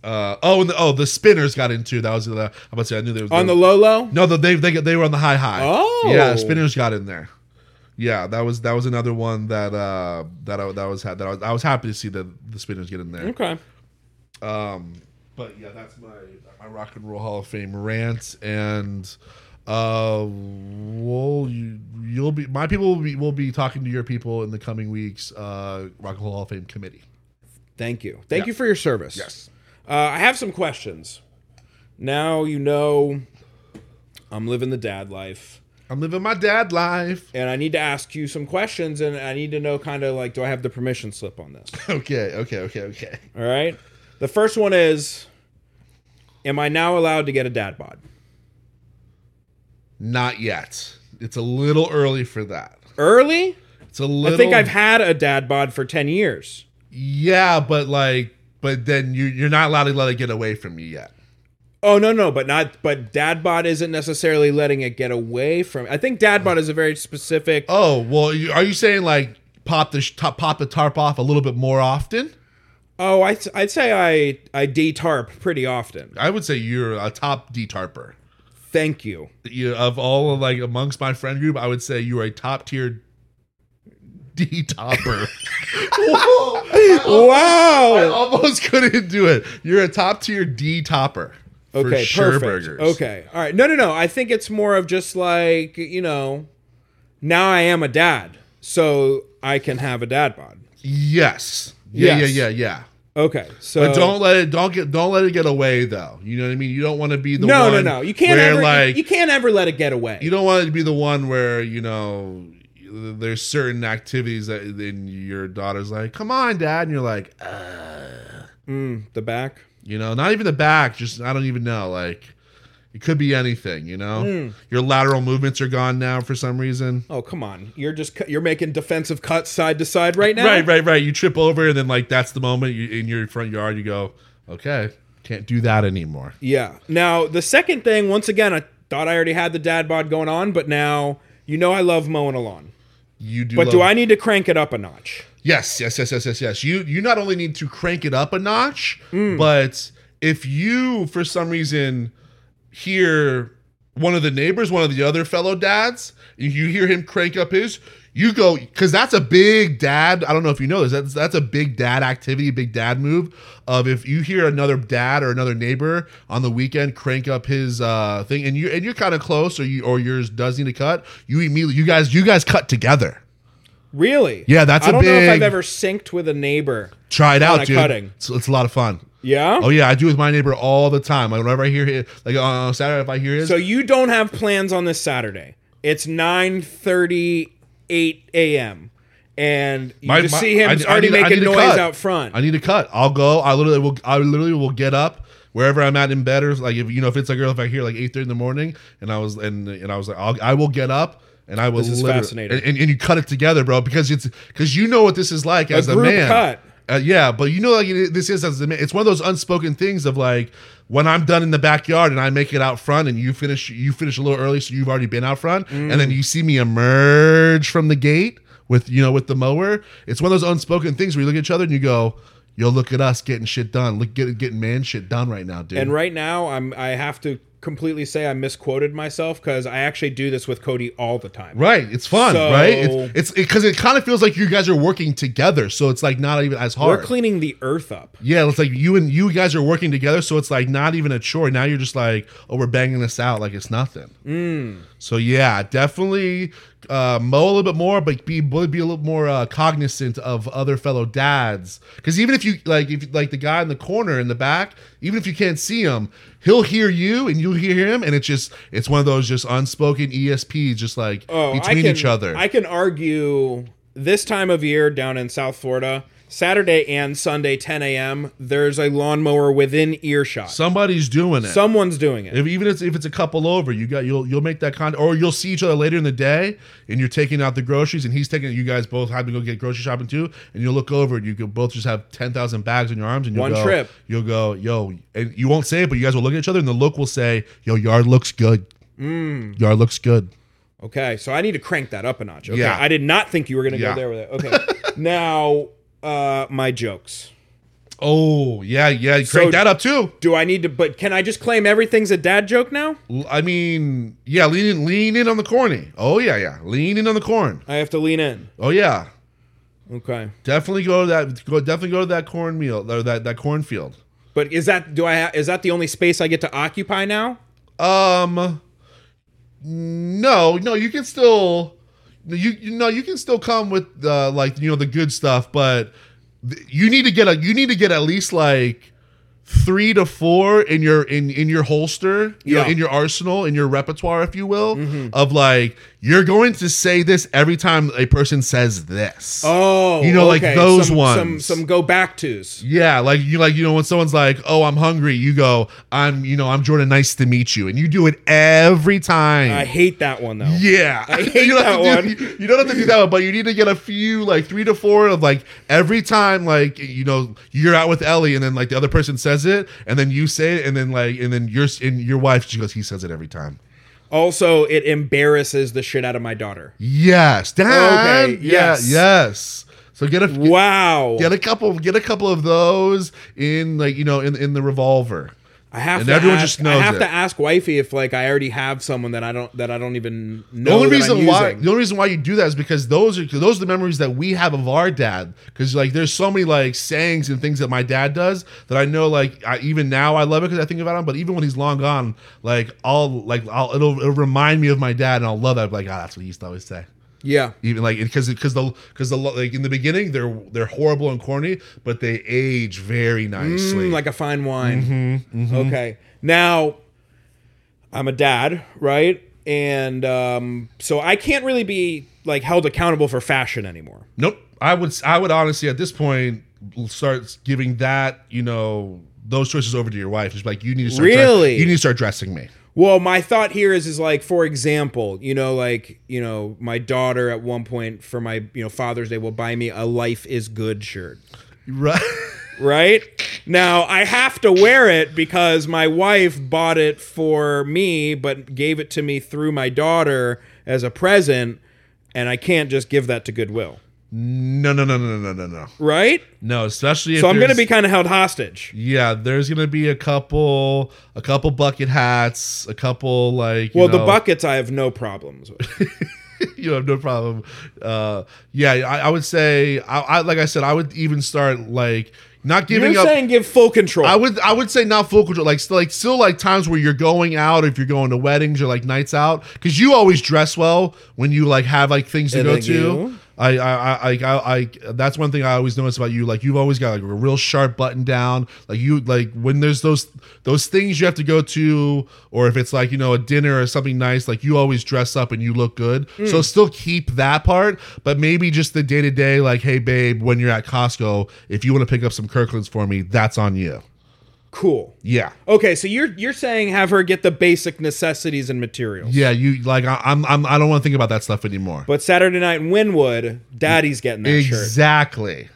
Uh, oh, and the, oh, the spinners got in too. That was the. I'm about to say I knew they were On the low low? No, the, they they they were on the high high. Oh. yeah, spinners got in there. Yeah, that was that was another one that uh that I that was had that I was, I was happy to see the the spinners get in there. Okay. Um, but yeah, that's my my rock and roll Hall of Fame rant, and uh, well, you you'll be my people will be will be talking to your people in the coming weeks. Uh, rock and roll Hall of Fame committee. Thank you. Thank Yeah. you for your service. Yes. Uh, I have some questions. Now you know I'm living the dad life, I'm living my dad life. and I need to ask you some questions, and I need to know kind of like, do I have the permission slip on this? Okay, okay, okay, okay. All right. The first one is Am I now allowed to get a dad bod? Not yet. It's a little early for that. Early? It's a little. I think I've had a dad bod for 10 years. Yeah, but like, but then you you're not allowed to let it get away from you yet. Oh no no, but not but dad bod isn't necessarily letting it get away from. I think dad bod is a very specific. Oh well, you, are you saying like pop the sh- top, pop the tarp off a little bit more often? Oh, I I'd say I I detarp pretty often. I would say you're a top D tarper. Thank you. You, of all of, like amongst my friend group, I would say you are a top tier D topper. I Wow. almost couldn't do it. You're a top tier D topper. for Okay, sure perfect. burgers. Okay. All right. No no no, I think it's more of just like, you know, now I am a dad, so I can have a dad bod. Yes. Yeah, Yes. yeah, yeah, yeah. Okay. So But don't let it don't get don't let it get away though. You know what I mean? You don't want to be the No, one no, no. You can't where ever like you can't ever let it get away. you don't want to be the one where you know there's certain activities that then your daughter's like, "Come on, dad," and you're like, Mm, the back. You know, not even the back, just I don't even know. Like it could be anything, you know? Hmm. Your lateral movements are gone now for some reason. Oh, come on. You're just cu- you're making defensive cuts side to side right now. Right, right, right. You trip over and then like that's the moment you in your front yard you go, Okay, can't do that anymore. Yeah. Now, the second thing, once again, I thought I already had the dad bod going on, but now you know I love mowing a lawn. You do But do love- I need to crank it up a notch? Yes, yes, yes, yes, yes, yes. You you not only need to crank it up a notch, but if you for some reason hear one of the neighbors, one of the other fellow dads, if you hear him crank up his, you go because that's a big dad. I don't know if you know this. That's that's a big dad activity, big dad move. Of if you hear another dad or another neighbor on the weekend crank up his uh, thing, and you and you're kind of close, or you or yours does need to cut, you immediately you guys you guys cut together. Really? Yeah, that's I a don't know if I've big- ever synced with a neighbor. Try it a out, dude. cutting. It's, it's a lot of fun. Yeah? Oh yeah, I do with my neighbor all the time. Like whenever I hear his, like on on Saturday if I hear his, So you don't have plans on this Saturday. It's 9:38 a.m. and you I- just my- see him I- I already need- I making need to noise cut. out front. I need to cut. I'll go. I literally will. I literally will get up wherever I'm at in bed. Or like if you know if it's a girl, if I hear like eight thirty in the morning, and I was and and I was like, I'll, I will get up. And I will. is literally- fascinating. And, and, and you cut it together, bro, because it's because you know what this is like as a, group man. cut. Uh, yeah, but you know, like it- this is as a man. It's one of those unspoken things of like when I'm done in the backyard and I make it out front, and you finish, you finish a little early, so you've already been out front, and Mm. then you see me emerge from the gate with you know with the mower. It's one of those unspoken things where you look at each other and you go, "Yo, look at us getting shit done. Look, get, getting man shit done right now, dude." And right now, I'm I have to completely say I misquoted myself because I actually do this with Cody all the time. right, it's fun, So- right? It's it's because it, kind of feels like you guys are working together, so it's like not even as hard. We're cleaning the earth up. Yeah, it's like you and you guys are working together, so it's like not even a chore. Now you're just like, oh, we're banging this out like it's nothing. Mm. So yeah, definitely uh, mow a little bit more, but be be a little more uh, cognizant of other fellow dads. Because even if you like, if like the guy in the corner in the back, even if you can't see him, he'll hear you and you'll hear him, and it's just it's one of those just unspoken ESPs, just like Oh, I between can, each other. I can argue this time of year down in South Florida, Saturday and Sunday, 10 a.m. There's a lawnmower within earshot. Somebody's doing it. Someone's doing it. If even if it's, if it's a couple over, you got you'll you'll make that kind or you'll see each other later in the day, and you're taking out the groceries, and he's taking you guys both have to go get grocery shopping too, and you'll look over and you can both just have ten thousand bags in your arms, and you'll One go, trip. you'll go, yo, and you won't say it, but you guys will look at each other, and the look will say, yo, yard looks good, yard looks good. Okay, so I need to crank that up a notch. Okay, Yeah. I did not think you were going to Yeah. go there with it. Okay, now uh, my jokes. Oh yeah, yeah. Crank So- that up too. Do I need to? But can I just claim everything's a dad joke now? L- I mean, yeah. Lean in, lean in on the corny. Oh yeah, yeah. Lean in on the corn. I have to lean in. Oh yeah. Okay. Definitely go to that. Go definitely go to that corn meal or that that cornfield. But is that do I ha- is that the only space I get to occupy now? Um, no, no. You can still you you know you can still come with uh, like you know the good stuff, but th- you need to get a you need to get at least like three to four in your in in your holster you know, Yeah. Mm-hmm. in your arsenal in your repertoire if you will of like you're going to say this every time a person says this Oh, You know, like okay. those some, Some ones. some go back tos. Yeah, like you like you know when someone's like, "Oh, I'm hungry." You go, "I'm, you know, I'm Jordan. Nice to meet you." And you do it every time. I hate that one though. yeah, I hate you don't have that to one. do- You, you don't have to do that one, but you need to get a few, like three to four of like every time, like you know, you're out with Ellie, and then like the other person says it, and then you say it, and then like, and then your and your wife, she goes, "He says it every time." Also, it embarrasses the shit out of my daughter. Yes, Dad. Okay, Yeah, yes. yes. So get a Wow. get a couple get a couple of those in like you know in in the revolver. I have and to everyone ask, just knows I have it. to ask wifey if like I already have someone that I don't that I don't even The know. only Oh, that reason I'm why using. the only reason why you do that is because those are 'cause those are the memories that we have of our dad. Because like there's so many like sayings and things that my dad does that I know like I, even now I love it because I think about him. But even when he's long gone, like I'll like I'll it'll, it'll remind me of my dad and I'll love that. Like ah, that's what he used to always say. Yeah. Even like because because the because the like in the beginning they're they're horrible and corny, but they age very nicely. Mm, like a fine wine. Okay. Now, I'm a dad, right? And um, so I can't really be like held accountable for fashion anymore. Nope. I would I would honestly at this point start giving that you know those choices over to your wife. It's like you need to start dre- Really? you need to start dressing me. Well, my thought here is is like, for example, you know, like you know, my daughter at one point for my you know Father's Day will buy me a "Life is Good" shirt. Right. right? Now I have to wear it because my wife bought it for me, but gave it to me through my daughter as a present, and I can't just give that to Goodwill, No no no no no no no right? no. Especially if So I'm going to there's- be kind of held hostage. yeah. There's gonna be a couple a couple bucket hats, a couple like you Well, the know, buckets I have no problems with. you have no problem. Uh, yeah, I, I would say I, I like I said I would even start like not giving You're up. saying give full control. I would I would say not full control, like still like still like times where you're going out, if you're going to weddings or like nights out, because you always dress well when you like have like things to And go like to. you. I, I, I, I, I, that's one thing I always notice about you. Like you've always got like a real sharp button down. Like you, like when there's those those things you have to go to, or if it's like you know a dinner or something nice, like you always dress up and you look good. Hmm. So still keep that part, but maybe just the day to day. Like, hey babe, when you're at Costco, if you want to pick up some Kirklands for me, that's on you. cool. Yeah. Okay, so you're you're saying have her get the basic necessities and materials. Yeah, you like I, I'm I'm I don't want to think about that stuff anymore. But Saturday night in Winwood, Daddy's getting that shirt. exactly.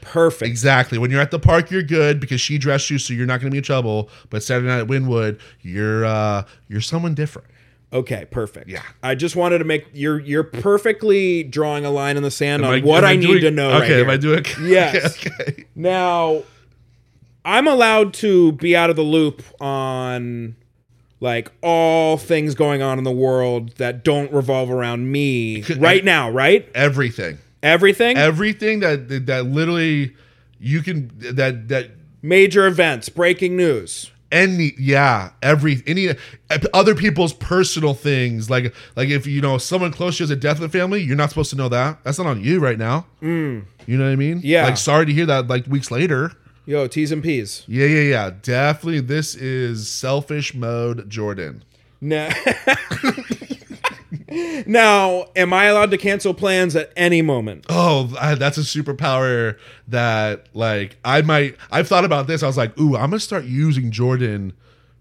Perfect. Exactly. When you're at the park, you're good because she dressed you, so you're not going to be in trouble. But Saturday night at Winwood, you're uh you're someone different. Okay, perfect. Yeah. I just wanted to make you're you're perfectly drawing a line in the sand on Am Uh, what am I, need doing- to know. Okay, right here. am I doing? Okay, Yes. okay. now I'm allowed to be out of the loop on like all things going on in the world that don't revolve around me right now, right? Everything, Everything, everything that that- that literally you can that that major events, breaking news. any yeah every any other people's personal things like like if you know someone close to you has a death in the family you're not supposed to know that that's not on you right now you know what i mean Yeah. like sorry to hear that like weeks later Yo, T's and P's. yeah yeah yeah definitely this is selfish mode jordan Now, now, am I allowed to cancel plans at any moment? oh I, that's a superpower that like i might i've thought about this i was like ooh i'm gonna start using jordan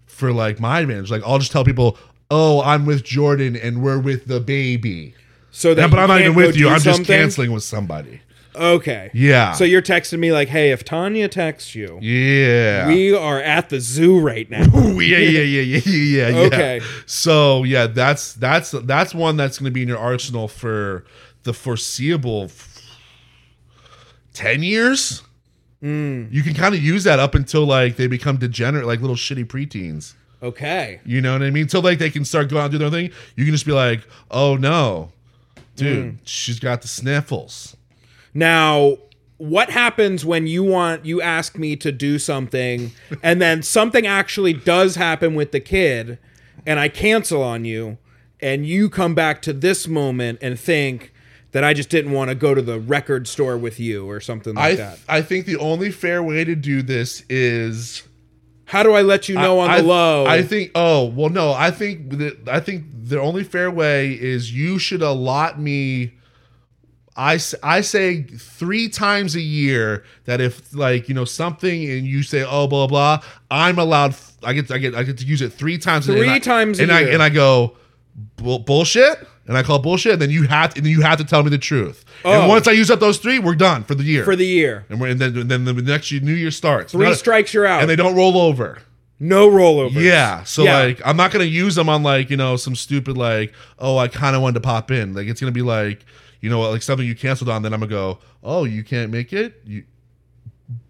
for like my advantage like i'll just tell people oh i'm with jordan and we're with the baby So that Yeah, but you I'm not can't even go with you. do I'm just something? canceling with somebody. Okay. Yeah. So you're texting me like, "Hey, if Tanya texts you, Yeah. we are at the zoo right now." Ooh, yeah, yeah, yeah, yeah, yeah, yeah, yeah. Okay. So yeah, that's that's that's one that's going to be in your arsenal for the foreseeable f- ten years. You can kind of use that up until like they become degenerate, like little shitty preteens. Okay. You know what I mean? Till like they can start going out and do their thing. You can just be like, oh no, dude, she's got the sniffles. Now, what happens when you want you ask me to do something and then something actually does happen with the kid and I cancel on you and you come back to this moment and think that I just didn't want to go to the record store with you or something like I that. I think the only fair way to do this is How do I let you know on I, the low? I think. Oh well, no. I think that I think the only fair way is you should allot me. I, s- I say three times a year that if like you know something and you say oh blah blah I'm allowed f- I get I get I get to use it three times a day, and Three I- times a and I year. and I go "Bull- bullshit and I call bullshit and then you have to, and then you have to tell me the truth Oh. and once I use up those three we're done for the year for the year. and, we're, and then then the next year, new year starts Three Not a- strikes you're out. and they don't roll over no rollover. yeah. So Yeah. like I'm not gonna use them on like, you know, some stupid like, oh, I kinda wanted to pop in. Like it's gonna be like, you know, like something you canceled on, then I'm gonna go, Oh, you can't make it? You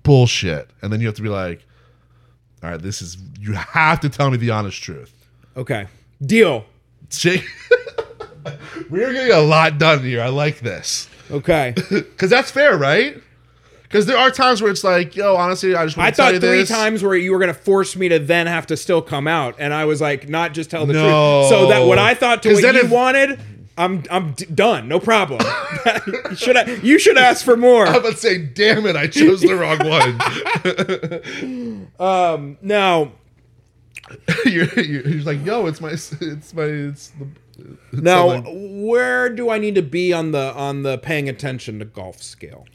bullshit. And then you have to be like, All right, this is you have to tell me the honest truth. Okay. Deal. Shake We're getting a lot done here. I like this. Okay. Cause that's fair, right? Cause there are times where it's like, yo, honestly, I just want I to tell thought you three this. times where you were going to force me to then have to still come out, and I was like, not just tell the No. truth. So that what I thought to 'Cause what then you if- wanted, I'm I'm d- done. No problem. should I? You should ask for I'm more. about to say, damn it, I chose the wrong one. Now, you're, you're, he's like, yo, it's my, it's my, it's the. it's now, on my-" where do I need to be on the on the paying attention to golf scale?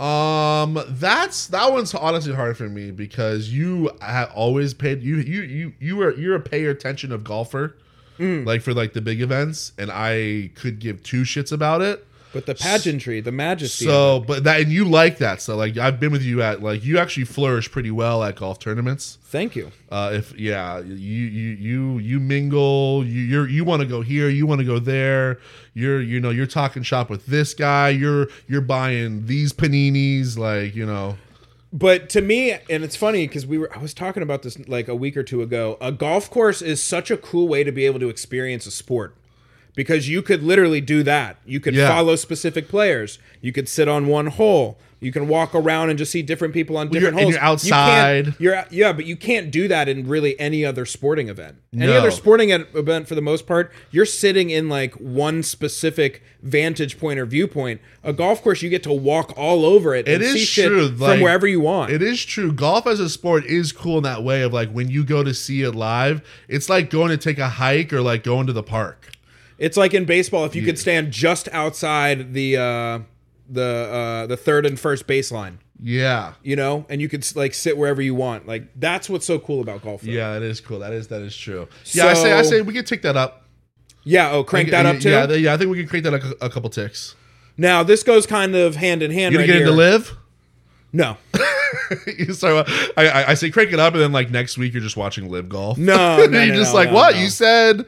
um, that's that one's honestly hard for me because you have always paid you you you you are you're a payer attention of golfer, like for like the big events, and I could give two shits about it. But the pageantry, the majesty. So, but that and you like that. So, like I've been with you at like you actually flourish pretty well at golf tournaments. thank you. uh, if yeah you you you you mingle you you're, you want to go here you want to go there you're you know you're talking shop with this guy you're you're buying these paninis like you know but to me and it's funny because we were i was talking about this like a week or two ago a golf course is such a cool way to be able to experience a sport because you could literally do that you could Yeah. follow specific players you could sit on one hole you can walk around and just see different people on different you're- and holes you're You can't- outside. you're yeah but you can't do that in really any other sporting event any No. other sporting e- event for the most part you're sitting in like one specific vantage point or viewpoint a golf course you get to walk all over it It and is see shit true, from like, wherever you want it is true golf as a sport is cool in that way of like when you go to see it live it's like going to take a hike or like going to the park It's like in baseball if you could stand just outside the uh, the uh, the third and first baseline, yeah you know, and you could like sit wherever you want. Like that's what's so cool about golf. though. yeah it is cool that is that is true yeah I say I So- say we can take that up Yeah. Oh, crank that up too. yeah th- yeah I think we can create that a, a couple ticks now this goes kind of hand in hand. you gonna right get here. into live. No. so uh, I, I I say crank it up, and then like next week you're just watching live golf. No, you're no, no, just no, like no, what no. you said.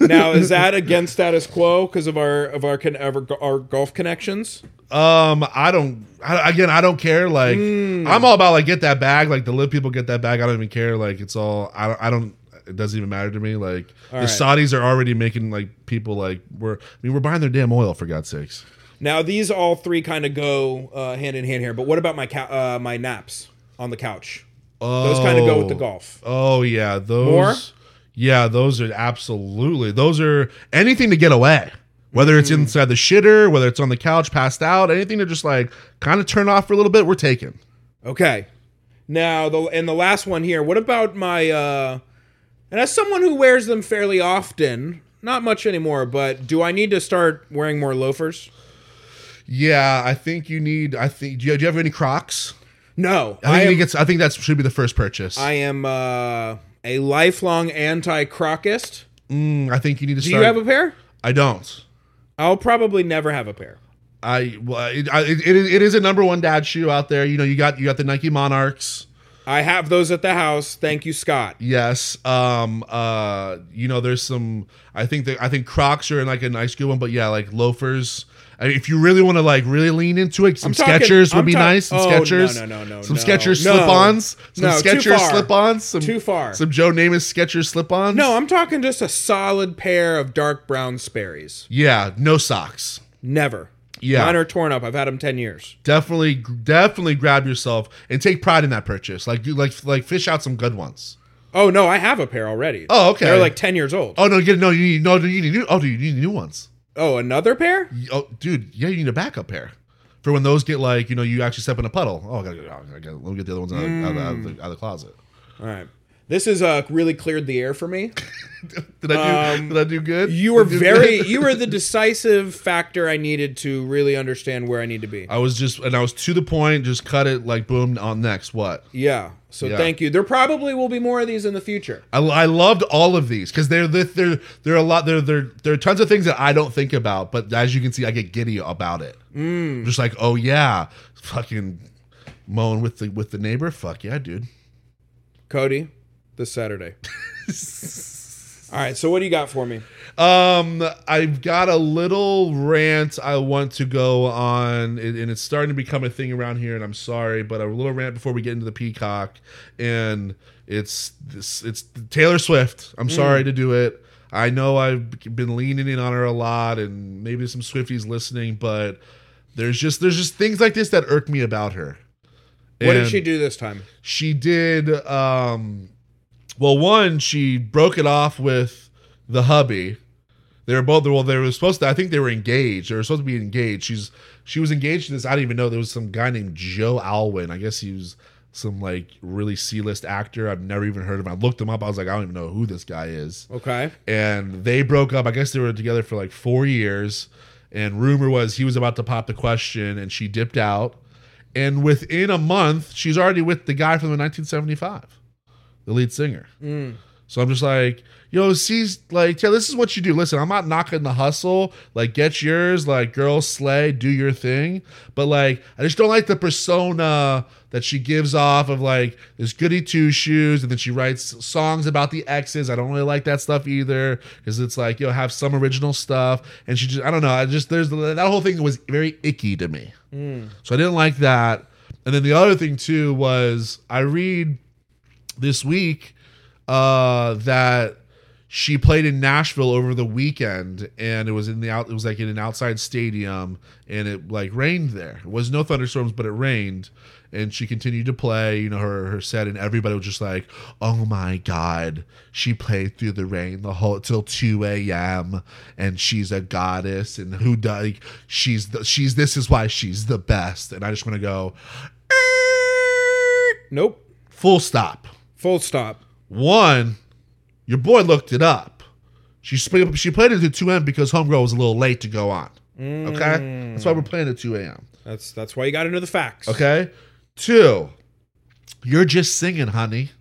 now is that against status quo because of our of our con- our, our golf connections? Um, I don't. I, again, I don't care. Like Hmm. I'm all about like get that bag. Like the live people get that bag. I don't even care. Like it's all. I don't. I don't it doesn't even matter to me. Like the right. Saudis are already making like people like we're. I mean, we're buying their damn oil for God's sakes. Now these all three kind of go uh, hand in hand here. But what about my cou- uh, my naps on the couch? Those kind of go with the Oh. golf. Oh yeah, those. More? Yeah, those are absolutely. Those are anything to get away. Whether Hmm. it's inside the shitter, whether it's on the couch, passed out, anything to just like kind of turn off for a little bit, we're taking. Okay. Now the and the last one here. What about my uh and as someone who wears them fairly often, not much anymore, but do I need to start wearing more loafers? Yeah, I think you need. I think. Do you, do you have any Crocs? No. I I, think am, it gets. I think that should be the first purchase. I I, am uh a lifelong anti-crocist. mm, I think you need to Do start. you have a pair? I don't. I'll probably never have a pair. I well, it, I, it, it is a number one dad shoe out there. You know, you got you got the Nike Monarchs. I have those at the house. Thank you, Scott. Yes. Um. Uh. You know, there's some. I think that I think Crocs are in like a nice good one, but yeah, like loafers. I mean, if you really want to like really lean into it, some I'm talking- Skechers would I'm be talk- nice. Some Oh, no, Skechers. no, no, no, Some no. Skechers No. slip-ons. Some No, too Skechers far. slip-ons. Some Too far. Some Joe Namath Skechers slip-ons. No, I'm talking just a solid pair of dark brown Sperry's. Yeah. No socks. Never. Yeah. Mine are torn up. I've had them 10 years. Definitely, definitely grab yourself and take pride in that purchase. Like, you like, like, fish out some good ones. Oh, no, I have a pair already. Oh, okay. They're like 10 years old. Oh no, get no, you need no, you need new. Oh, do you need new ones? Oh, another pair? Oh, dude, yeah, you need a backup pair for when those get like you know you actually step in a puddle. Oh, I gotta, I gotta let me get the other ones out, of out, of- out Mm. of the, out of the closet. All right. This has uh, really cleared the air for me. Did I do? did I do good? Um, You were Did I do very, good? you were the decisive factor I needed to really understand where I need to be. I was just, and I was to the point. Just cut it, like boom. On next, what? Yeah. So Yeah. thank you. There probably will be more of these in the future. I, I loved all of these because they're they're they're they're a lot. There there there are tons of things that I don't think about, but as you can see, I get giddy about it. Mm. Just like, oh yeah, fucking mowing with the with the neighbor. Fuck yeah, dude. Cody, this Saturday. All right. So what do you got for me? Um, I've got a little rant I want to go on, and and it's starting to become a thing around here. And I'm sorry, but a little rant before we get into the peacock, and it's this, it's Taylor Swift. Mm. I'm sorry to do it. I know I've been leaning in on her a lot, and maybe there's some Swifties listening, but there's just there's just things like this that irk me about her. What did And- she do this time? she did um well one she broke it off with the hubby they were both well they were supposed to i think they were engaged they were supposed to be engaged she's she was engaged to this i didn't even know there was some guy named joe alwyn i guess he was some like really c-list actor i've never even heard of him i looked him up i was like i don't even know who this guy is Okay. and they broke up. I guess they were together for like four years. And rumor was he was about to pop the question, and she dipped out. And within a month, she's already with the guy from the 1975, the lead singer. So I'm just like, yo, she's like, yeah, this is what you do. Listen, I'm not knocking the hustle. Like, get yours. Like, girls slay, do your thing. But like, I just don't like the persona that she gives off of like this goody two shoes, and then she writes songs about the exes. I don't really like that stuff either because it's like, yo, have some original stuff. And she just, I don't know. I just there's that whole thing was very icky to me. So I didn't like that. And then the other thing too was I read this week uh that she played in Nashville over the weekend and it was in the out it was like in an outside stadium and it like rained there. It was no thunderstorms but it rained and she continued to play, you know, her her set and everybody was just like, "Oh my god, she played through the rain the whole till 2 a.m. and she's a goddess and who does like, she's the, she's this is why she's the best." And I just want to go Nope. full stop. Full stop. One, your boy looked it up. She sp- she played it to 2 a.m. because Homegirl was a little late to go on. Okay? That's why we're playing at 2 a.m. That's that's why you got into the facts. Okay? Two, you're just singing, honey.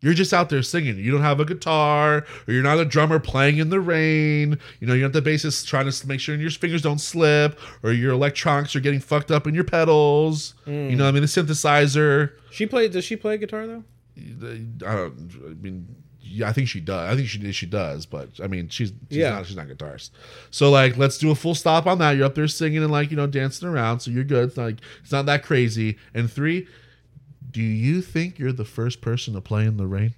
You're just out there singing. You don't have a guitar, or you're not a drummer playing in the rain. You know, you're not the bassist trying to make sure your fingers don't slip, or your electronics are getting fucked up in your pedals. You know, what I mean, the synthesizer. She played. Does she play guitar though? I don't. I mean, yeah, I think she does. I think she she does, but I mean, she's, she's Yeah. not she's not guitarist. So like, let's do a full stop on that. You're up there singing and like you know dancing around, so you're good. It's not like it's not that crazy. And three, do you think you're the first person to play in the rain?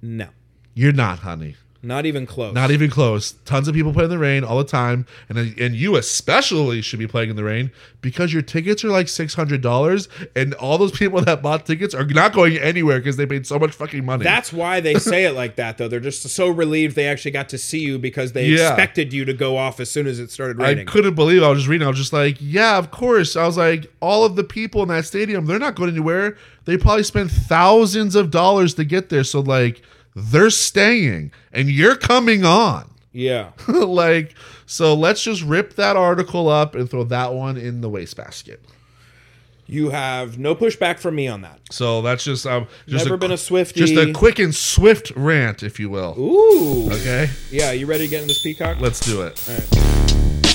No. You're not, honey. Not even close. Not even close. Tons of people play in the rain all the time, and and you especially should be playing in the rain because your tickets are like six hundred dollars, and all those people that bought tickets are not going anywhere because they paid so much fucking money. That's why they say it like that though. They're just so relieved they actually got to see you because they Yeah. expected you to go off as soon as it started I raining. couldn't believe I was just reading. I was just like, yeah, of course. I was like, all of the people in that stadium, they're not going anywhere. They probably spent thousands of dollars to get there. So, like, they're staying and you're coming on. yeah. like, so let's just rip that article up and throw that one in the wastebasket. You have no pushback from me on that. So that's just, um, just, Never a, been a Swifty. just a quick and swift rant, if you will. Ooh. Okay, Yeah, you ready to get in this peacock? let's do it.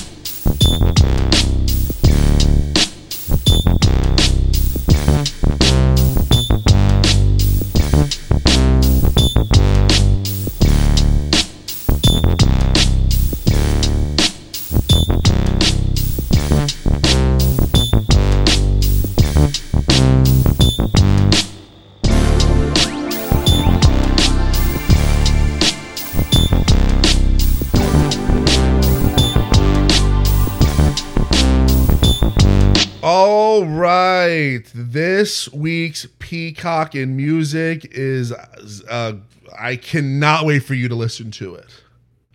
All right. This week's Peacock in Music is, uh, I cannot wait for you to listen to it.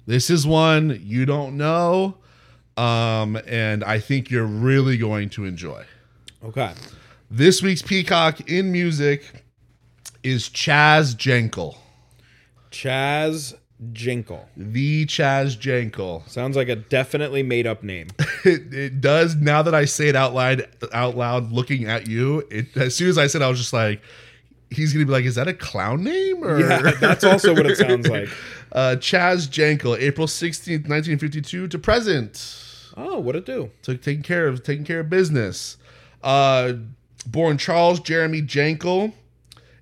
This is one you don't know, um, and I think you're really going to enjoy. Okay. This week's Peacock in Music is Chaz Jenkel. Chaz Jinkle. The Chaz Jenkel. Sounds like a definitely made up name. It, it does now that I say it out loud, out loud, looking at you. It, as soon as I said, it, I was just like, he's gonna be like, is that a clown name? Or Yeah, that's also what it sounds like. Uh, Chaz Jankel, April sixteenth, nineteen fifty-two to present. Oh, what'd it do? Took taking care of taking care of business. Uh, born Charles Jeremy Jankel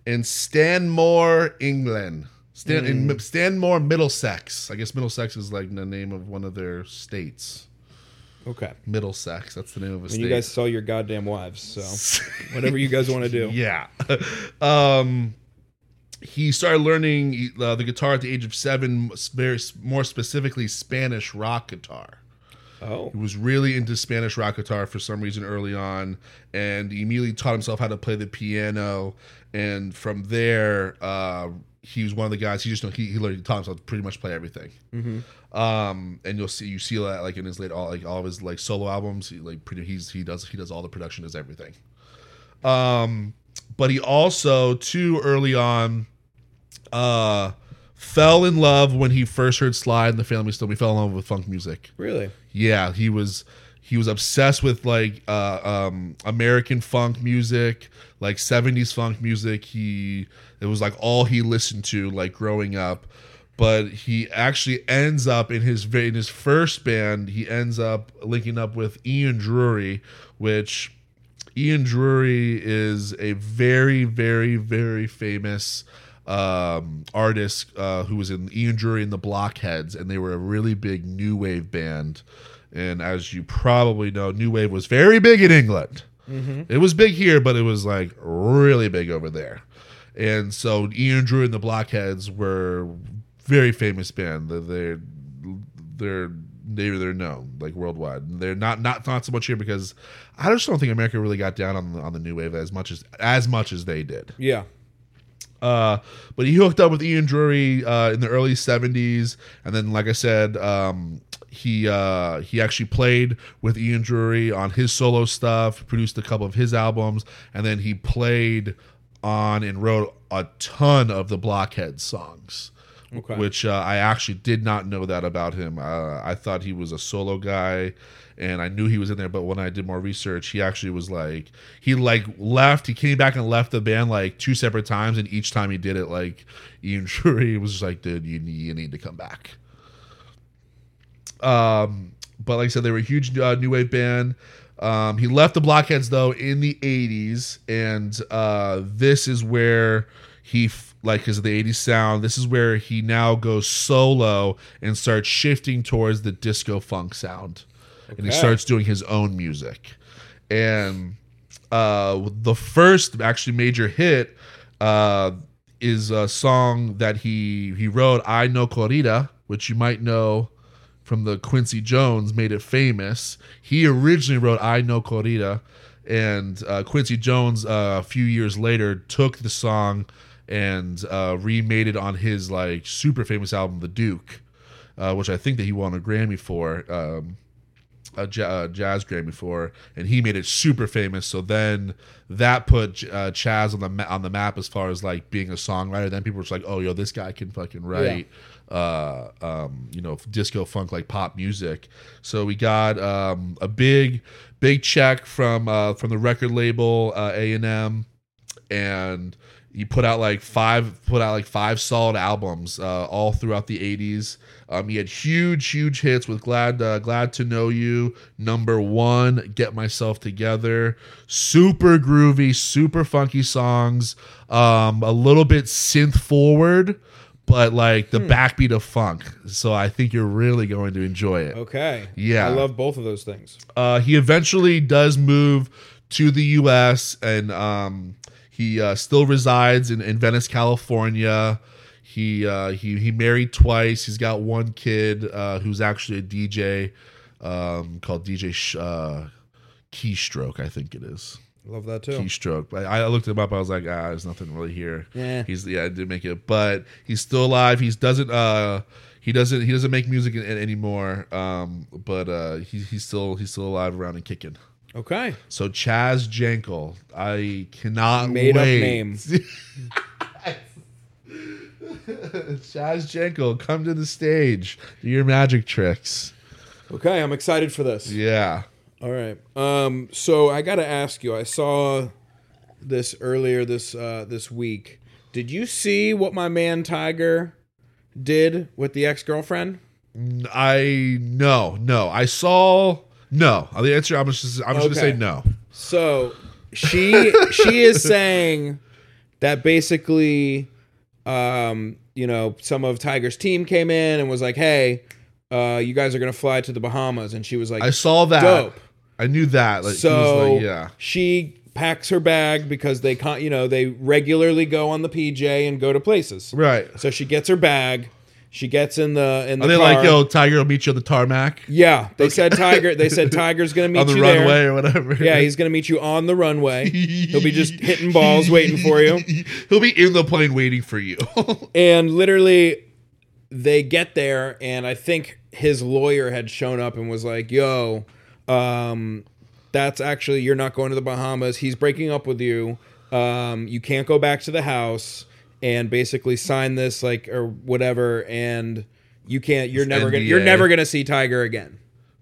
in Stanmore, England. Stan, Hmm. in Stanmore, Middlesex. I guess Middlesex is like the name of one of their states. Okay. Middlesex. That's the name of a And state. you guys sell your goddamn wives, so whatever you guys want to do. yeah. um, he started learning uh, the guitar at the age of seven, very more specifically Spanish rock guitar. Oh. He was really into Spanish rock guitar for some reason early on, and he immediately taught himself how to play the piano. And from there, uh, he was one of the guys. He just he, he learned he taught himself to pretty much play everything. Um, and you'll see you see that like in his late all like all of his like solo albums, he, like pretty he's he does he does all the production, does everything. Um, but he also too early on, uh, fell in love when he first heard Sly and the Family Stone. He fell in love with funk music. Really? Yeah, he was he was obsessed with like uh, um, American funk music, like '70s funk music. He it was like all he listened to like growing up. But he actually ends up in his in his first band. He ends up linking up with Ian Drury, which Ian Drury is a very, very, very famous um, artist uh, who was in Ian Drury and the Blockheads, and they were a really big new wave band. And as you probably know, new wave was very big in England. It was big here, but it was like really big over there. And so Ian Drury and the Blockheads were very famous band. They're they're, they're they they're known like worldwide. They're not not not so much here because I just don't think America really got down on the, on the new wave as much as as much as they did. Yeah. Uh, but he hooked up with Ian Drury uh, in the early '70s, and then, like I said, um, he uh, he actually played with Ian Drury on his solo stuff, produced a couple of his albums, and then he played on and wrote a ton of the Blockhead songs. Okay. Which uh, I actually did not know that about him. Uh, I thought he was a solo guy, and I knew he was in there. But when I did more research, he actually was like he like left. He came back and left the band like two separate times, and each time he did it, like Ian Drury was just like, "Dude, you need, you need to come back." Um, but like I said, they were a huge uh, new wave band. Um, he left the Blockheads though in the '80s, and uh, this is where he f- like because of the '80s sound. This is where he now goes solo and starts shifting towards the disco funk sound, and he Okay. starts doing his own music. And uh, the first actually major hit uh, is a song that he he wrote, "I No Corrida," which you might know from the Quincy Jones made it famous. He originally wrote "I No Corrida," and uh, Quincy Jones uh, a few years later took the song and uh, remade it on his like super famous album, "The Duke," uh, which I think that he won a Grammy for. Um, a, ja- a jazz Grammy for, and he made it super famous. So then that put uh, Chaz on the ma- on the map as far as like being a songwriter. Then people were just like, "Oh, yo, this guy can fucking write." Uh, um, you know, disco funk like pop music. So we got um, a big, big check from uh, from the record label uh, A and M, and he put out like five put out like five solid albums uh, all throughout the 80s um, he had huge huge hits with glad uh, glad to know you number one get myself together super groovy super funky songs um, a little bit synth forward but like the backbeat of funk so i think you're really going to enjoy it Okay. Yeah. I love both of those things. uh, he eventually does move to the U.S. and um, he uh, still resides in, in Venice, California. He uh, he he married twice. He's got one kid uh, who's actually a DJ um, called DJ Sh- uh, Keystroke, I think it is. Love that too. Keystroke. I, I looked him up. I was like, ah, there's nothing really here. Yeah. He's yeah, I did make it, but he's still alive. He's doesn't uh he doesn't he doesn't make music in, anymore. Um, but uh he, he's still he's still alive, around and kicking. Okay. So Chaz Jankel, I cannot Made up wait. name. Chaz Jankel, come to the stage. Do your magic tricks. Okay, I'm excited for this. Yeah. All right. Um, so I got to ask you. I saw this earlier this uh, this week. Did you see what my man Tiger did with the ex girlfriend? I no no. I saw no. The answer. I'm just. I'm just gonna Okay. say no. So she she is saying that basically, um, you know, some of Tiger's team came in and was like, "Hey, uh, you guys are gonna fly to the Bahamas," and she was like, I saw that. Dope. I knew that. Like, he So was like, yeah. she packs her bag because they con- you know they regularly go on the PJ and go to places. Right. So she gets her bag. She gets in the in the. Are they car. like, yo, Tiger will meet you on the tarmac Yeah, they said Tiger. They said Tiger's gonna meet on the you runway there. or whatever? Yeah, he's gonna meet you on the runway. He'll be just hitting balls waiting for you. He'll be in the plane waiting for you. And literally, they get there, and I think his lawyer had shown up and was like, "Yo, um, that's actually you're not going to the Bahamas. He's breaking up with you. Um, you can't go back to the house." And basically sign this like or whatever, and you can't. You're never gonna. You're NDA. never gonna see Tiger again.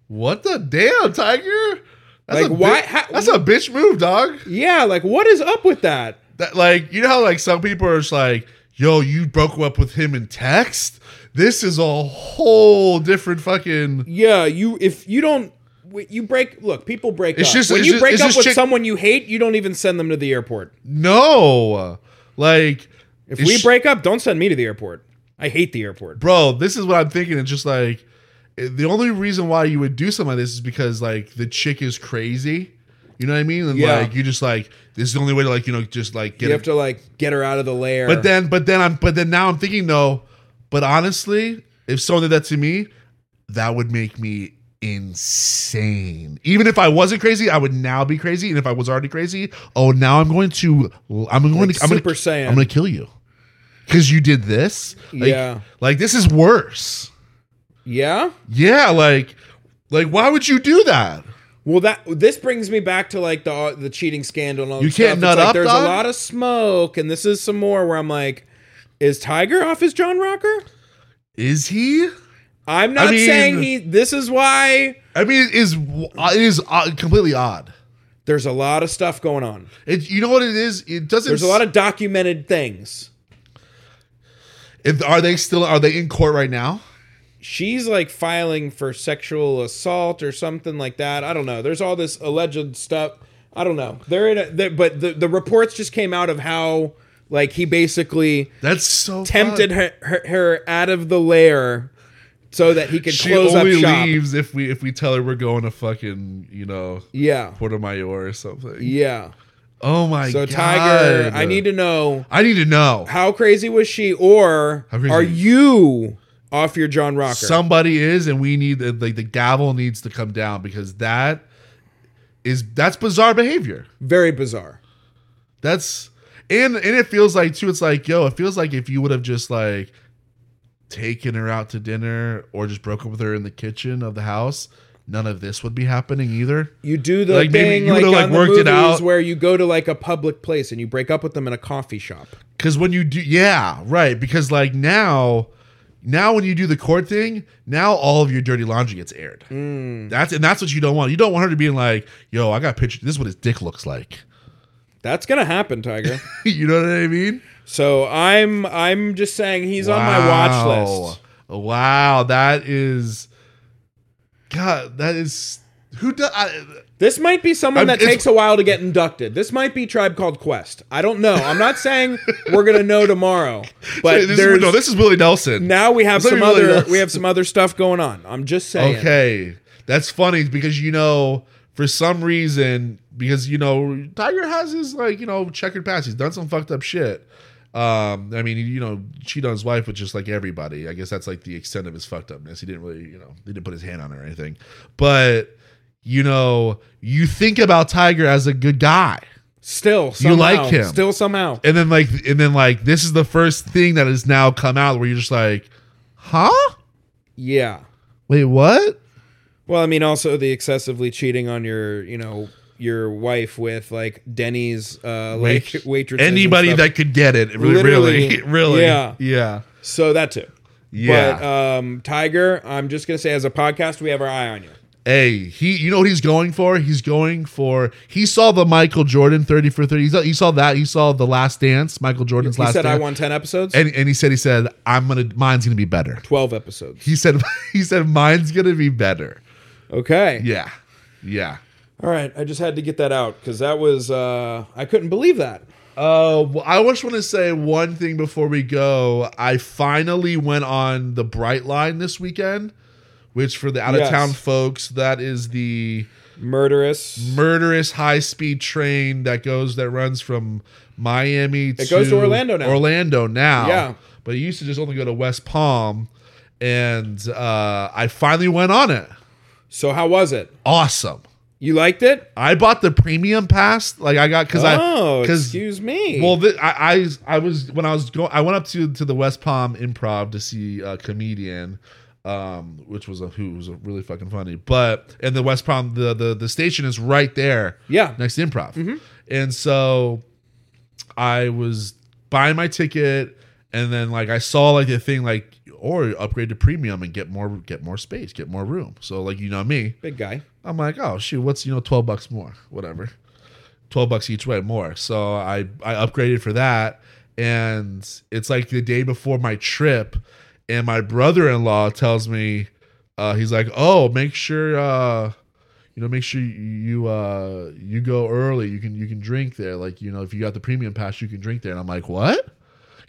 what the damn, Tiger? That's Like, a why- bi- how- that's a bitch move, dog. Yeah, like what is up with that? That like you know how like some people are just like, yo, you broke up with him in text. This is a whole different fucking. Yeah, you if you don't w- you break look, people break It's up. just- when it's you just- break it's up just with chick- someone you hate, you don't even send them to the airport. No, like If it's we sh- break up, don't send me to the airport. I hate the airport. bro, this is what I'm thinking. It's just like it- the only reason why you would do something like this is because like the chick is crazy. You know what I mean? And Yeah. like you just like this is the only way to like you know just like get You it. have to like get her out of the lair. but then but then I'm but then now I'm thinking though. But honestly, if someone did that to me, that would make me insane. Even if I wasn't crazy, I would now be crazy. And if I was already crazy, oh now I'm going to I'm going to I'm Super gonna, Saiyan. I'm gonna kill you. Cause you did this. Like- Yeah. Like this is worse. yeah? Yeah, like, like why would you do that? Well, that this brings me back to like the the cheating scandal. And all You this can't stuff. nut It's like, up, There's dog? a lot of smoke, and this is some more where I'm like, is Tiger off his John Rocker? Is he? I'm not mean- saying he. This is why I mean, it is it is odd- completely odd. there's a lot of stuff going on. It, you know what it is? It doesn't. There's a lot of documented things. If, are they still? Are they in court right now? She's like filing for sexual assault or something like that. I don't know. There's all this alleged stuff. I don't know. They're in a, they but the, the reports just came out of how like he basically That's so tempted odd. her, her, her out of the lair so that he could She close up only shop. leaves if we if we tell her we're going to fucking you know Yeah. Puerto Mayor or something. Yeah. Oh my So god! Tiger, I need to know I need to know. how crazy was she or How crazy- are you off your John Rocker? Somebody is, and we need the, like the gavel needs to come down because that is that's bizarre behavior. Very bizarre. That's and and it feels like too. It's like yo, it feels like if you would have just like taken her out to dinner or just broke up with her in the kitchen of the house, none of this would be happening either. You do the Like, maybe thing you like, would've, on like, the worked movies it out. where you go to like a public place and you break up with them in a coffee shop. Because when you do, yeah, right. Because like now, now when you do the court thing, now all of your dirty laundry gets aired. That's and that's what you don't want. You don't want her to be like, yo, I got pictures. This is what his dick looks like. That's gonna happen, Tiger. you know what I mean? so I'm I'm just saying he's on my watch list. Wow. Wow, that is God, that is who does I, This might be someone I'm- that it's- takes a while to get inducted. This might be Tribe Called Quest. I don't know. I'm not saying we're gonna know tomorrow, but this there's, is, no, this is Willie Nelson. now we have Let some me really- other we have some other stuff going on. I'm just saying. okay. That's funny because you know, for some reason, because you know, Tiger has his like, you know, checkered past. He's done some fucked up shit. Um, I mean, you know, cheat on his wife, but just like everybody, I guess that's like the extent of his fucked upness. He didn't really, you know, he didn't put his hand on her or anything. But you know, you think about Tiger as a good guy. Still, You somehow, like him. Still, somehow. And then like and then like this is the first thing that has now come out where you're just like, "Huh? Yeah. Wait, what?" Well, I mean, also the excessively cheating on your, you know, your wife with like Denny's, uh, like Wait, waitress. Anybody that could get it, really, really, Literally, really, yeah. yeah, So that too. yeah. But um, Tiger, I'm just gonna say, as a podcast, we have our eye on you. hey, he, you know what he's going for? He's going for. He saw the Michael Jordan thirty for thirty. He saw, he saw that. He saw the Last Dance, Michael Jordan's He Last said, "I Dance, won ten episodes, and and he said, he said, I'm gonna, mine's gonna be better. twelve episodes." He said, he said, mine's gonna be better. Okay. Yeah, yeah. All right. I just had to get that out because that was uh, I couldn't believe that. Uh, well, I just want to say one thing before we go. I finally went on the Bright Line this weekend, which for the out of town Yes. folks, that is the Murderous. murderous high speed train that goes that runs from Miami. It goes to Orlando now. Orlando now. Yeah. but it used to just only go to West Palm, and uh, I finally went on it. So how was it? Awesome. You liked it? I bought the premium pass. Like I got because I oh, because excuse me. well thi- I, I I was when I was going I went up to to the West Palm Improv to see a comedian. Um, which was a who was a really fucking funny, but and the West Palm the the the station is right there yeah. next to improv. And so I was buying my ticket and then like I saw like the thing like or upgrade to premium and get more get more space, get more room. So like you know me, Big guy. I'm like, oh shoot, what's you know twelve bucks more, whatever, twelve bucks each way more. So I I upgraded for that, and it's like the day before my trip, and my brother-in-law tells me, uh, he's like, oh, make sure, uh, you know, make sure you uh you go early. You can you can drink there. Like you know, if you got the premium pass, you can drink there. And I'm like, what?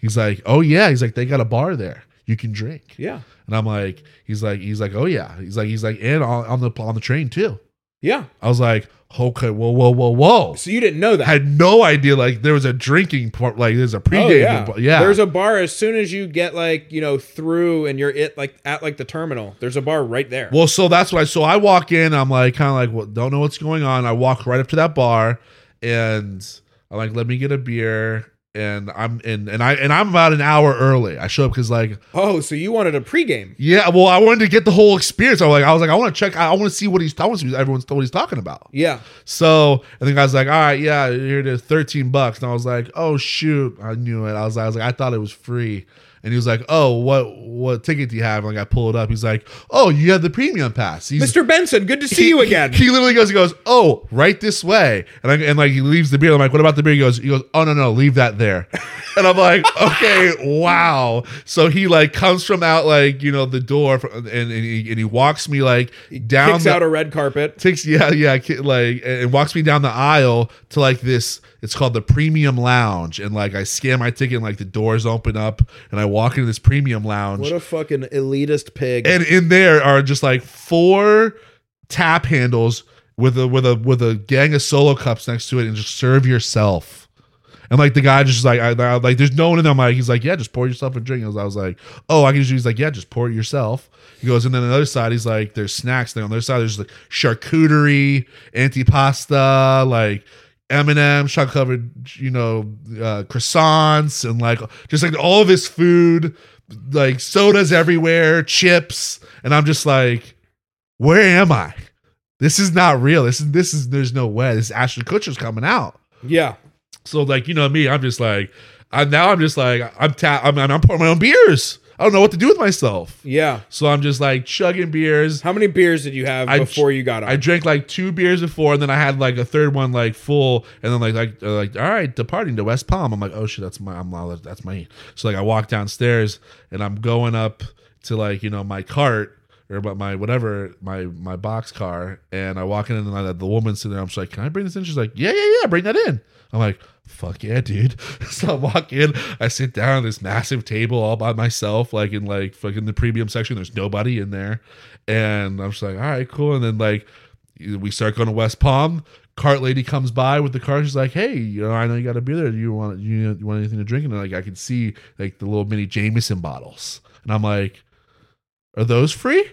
He's like, oh yeah. He's like, they got a bar there. You can drink. Yeah. And I'm like, he's like, he's like, oh yeah, he's like, he's like, and on, on the on the train too. Yeah. I was like, okay, whoa, whoa, whoa, whoa. So you didn't know that. I had no idea like there was a drinking part, like there's a Oh, pregame, yeah. yeah. yeah. There's a bar as soon as you get like, you know, through and you're it like at like the terminal. There's a bar right there. well, so that's why. So I walk in, I'm like, kind of like, well, don't know what's going on. I walk right up to that bar, and I'm like, let me get a beer, and I'm and and I and I'm about an hour early. I show up because like oh, so you wanted a pregame. Yeah, well, I wanted to get the whole experience. I was like, I was like, I want to check. I, I want to see what he's. I want to see what everyone's what he's talking about. Yeah. So, and the guy's like, "All right, yeah, here it is, thirteen bucks." And I was like, "Oh shoot, I knew it." I was, I was like, "I thought it was free." And he was like, "Oh, what what ticket do you have?" And like, I pull it up. He's like, "Oh, you have the premium pass." He's, Mr. Benson, good to see he- you again. He, literally goes, he goes, "Oh, right this way," and I, and like he leaves the beer. I'm like, "What about the beer?" He goes, "He goes, oh no no, leave that there," and I'm like, "Okay, wow." So he like comes from out like you know the door from, and and he, and he walks me like down Kicks the, out a red carpet. takes yeah yeah ki- like and and walks me down the aisle to like this it's called the premium lounge and like i scan my ticket and like the doors open up and i walk into this premium lounge What a fucking elitist pig. and in there are just like four tap handles with a with a with a gang of solo cups next to it and just serve yourself and like the guy just like I, I- like there's no one in there. I'm like he's like yeah just pour yourself a drink. And I was like oh I can just he's like yeah just pour it yourself. He goes and then on the other side he's like there's snacks. Then on the other side there's like charcuterie, antipasta, like M and M chocolate covered you know uh, croissants and like just like all of his food, like sodas everywhere, chips, and I'm just like where am I? This is not real. This is this is there's no way. This Ashton Kutcher's coming out. yeah. So like you know me, I'm just like I now I'm just like I'm ta- I'm I'm pouring my own beers. I don't know what to do with myself. Yeah. So I'm just like chugging beers. How many beers did you have I- before you got on? I drank like two beers before, and then I had like a third one like full, and then like like uh, like all right, departing to West Palm. I'm like oh shit, that's my I'm that's my. So like I walk downstairs and I'm going up to like you know my cart or about my whatever my my box car, and I walk in and then the woman's sitting there. I'm just like, can I bring this in? She's like, yeah yeah yeah, bring that in. I'm like, fuck yeah, dude. so I walk in, I sit down at this massive table all by myself, like in like fucking the premium section. There's nobody in there. And I'm just like, all right, cool. And then like we start going to West Palm. Cart lady comes by with the car. She's like, "Hey, you know, I know you got a beer there. Do you want you, you want anything to drink?" And like, I can see like the little mini Jameson bottles, and I'm like, "Are those free?"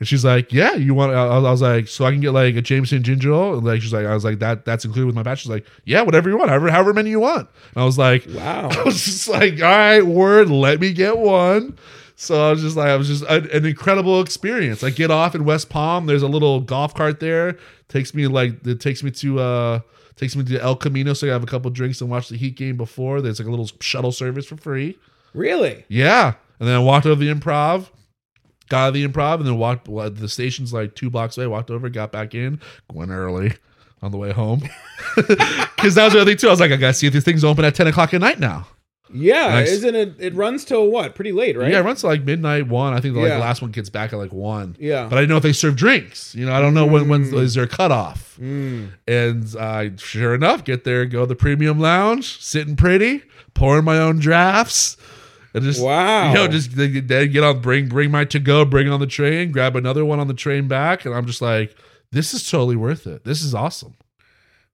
And she's like, "Yeah, you want?" I, I was like, "So I can get like a Jameson ginger ale?" And like, she's like, "I was like, that that's included with my batch." She's like, "Yeah, whatever you want, however, however many you want." And I was like, Wow. I was just like, "All right, word, let me get one." So I was just like, I was just an, an incredible experience. I get off in West Palm. There's a little golf cart there. Takes me like it takes me to uh takes me to El Camino. So I have a couple drinks and watch the Heat game before. There's like a little shuttle service for free. Really? Yeah. And then I walked over the improv, got out of the improv, and then walked well, the station's like two blocks away. Walked over, got back in, went early on the way home. Because that was the other thing too. I was like, I gotta see if these things open at ten o'clock at night now. Yeah. Nice. Isn't it? It runs till what? Pretty late, right? Yeah, it runs to like midnight one. I think the like, Yeah. last one gets back at like one. Yeah. But I didn't know if they serve drinks. You know, I don't know when when is there a cutoff. Mm. And I, sure enough, get there, go to the premium lounge, sitting pretty, pouring my own drafts, and just Wow. you know, just they, they get on, bring bring my to go, bring it on the train, grab another one on the train back, and I'm just like, this is totally worth it. This is awesome.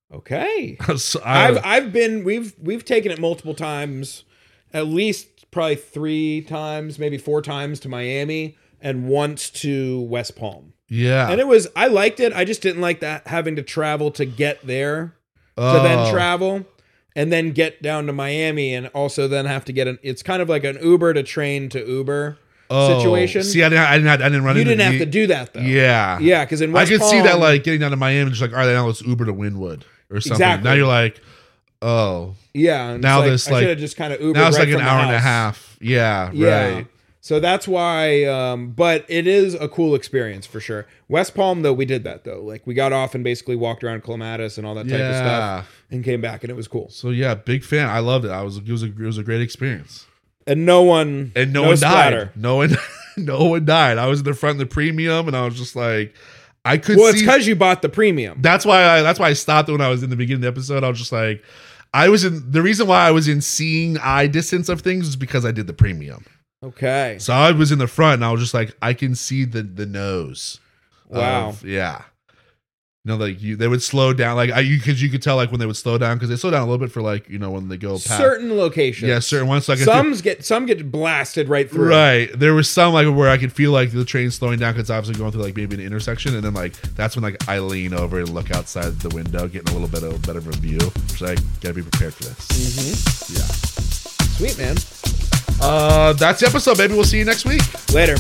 okay. so I, I've I've been we've we've taken it multiple times, at least probably three times, maybe four times to Miami and once to West Palm. yeah, And it was I liked it. I just didn't like that having to travel to get there to then Oh. travel and then get down to Miami and also then have to get an it's kind of like an Uber to train to Uber Oh. situation. See, I didn't, I didn't, have, I didn't run you into didn't have the- e-, to do that though. Yeah, Yeah, because in I West could see that Palm- like getting down to Miami, just like, all right, now let's Uber to Winwood or something. Exactly. Now you're like, oh, yeah. and it's now this, I like- should have just kind of Uber. now it's like right an from the hour and a house. half. Yeah, Yeah. right. So that's why, um, but it is a cool experience for sure. West Palm, though, we did that though. Like we got off and basically walked around Clematis and all that type of Yeah. stuff, and came back, and it was cool. So yeah, big fan. I loved it. I was it was a, it was a great experience. And no one and no, one splatter. died. No one, no one died. I was in the front of the premium, and I was just like, I could Well, it's see. because you bought the premium. that's why. I, that's why I stopped when I was in the beginning of the episode. I was just like, I was in. The reason why I was in seeing eye distance of things is because I did the premium. Okay. So I was in the front, and I was just like, I can see the the nose. Wow. of- yeah. You know, like you, they would slow down, like I, you, because you could tell, like when they would slow down, because they slow down a little bit for like you know when they go past. certain locations. yeah, certain ones. So I could feel- Some get some get blasted right through. Right. There was some like where I could feel like the train slowing down because obviously going through like maybe an intersection, and then like that's when like I lean over and look outside the window, getting a little bit of better of a view. So I gotta be prepared for this. Mhm. Yeah. Sweet man. Uh, that's the episode, baby. We'll see you next week. Later.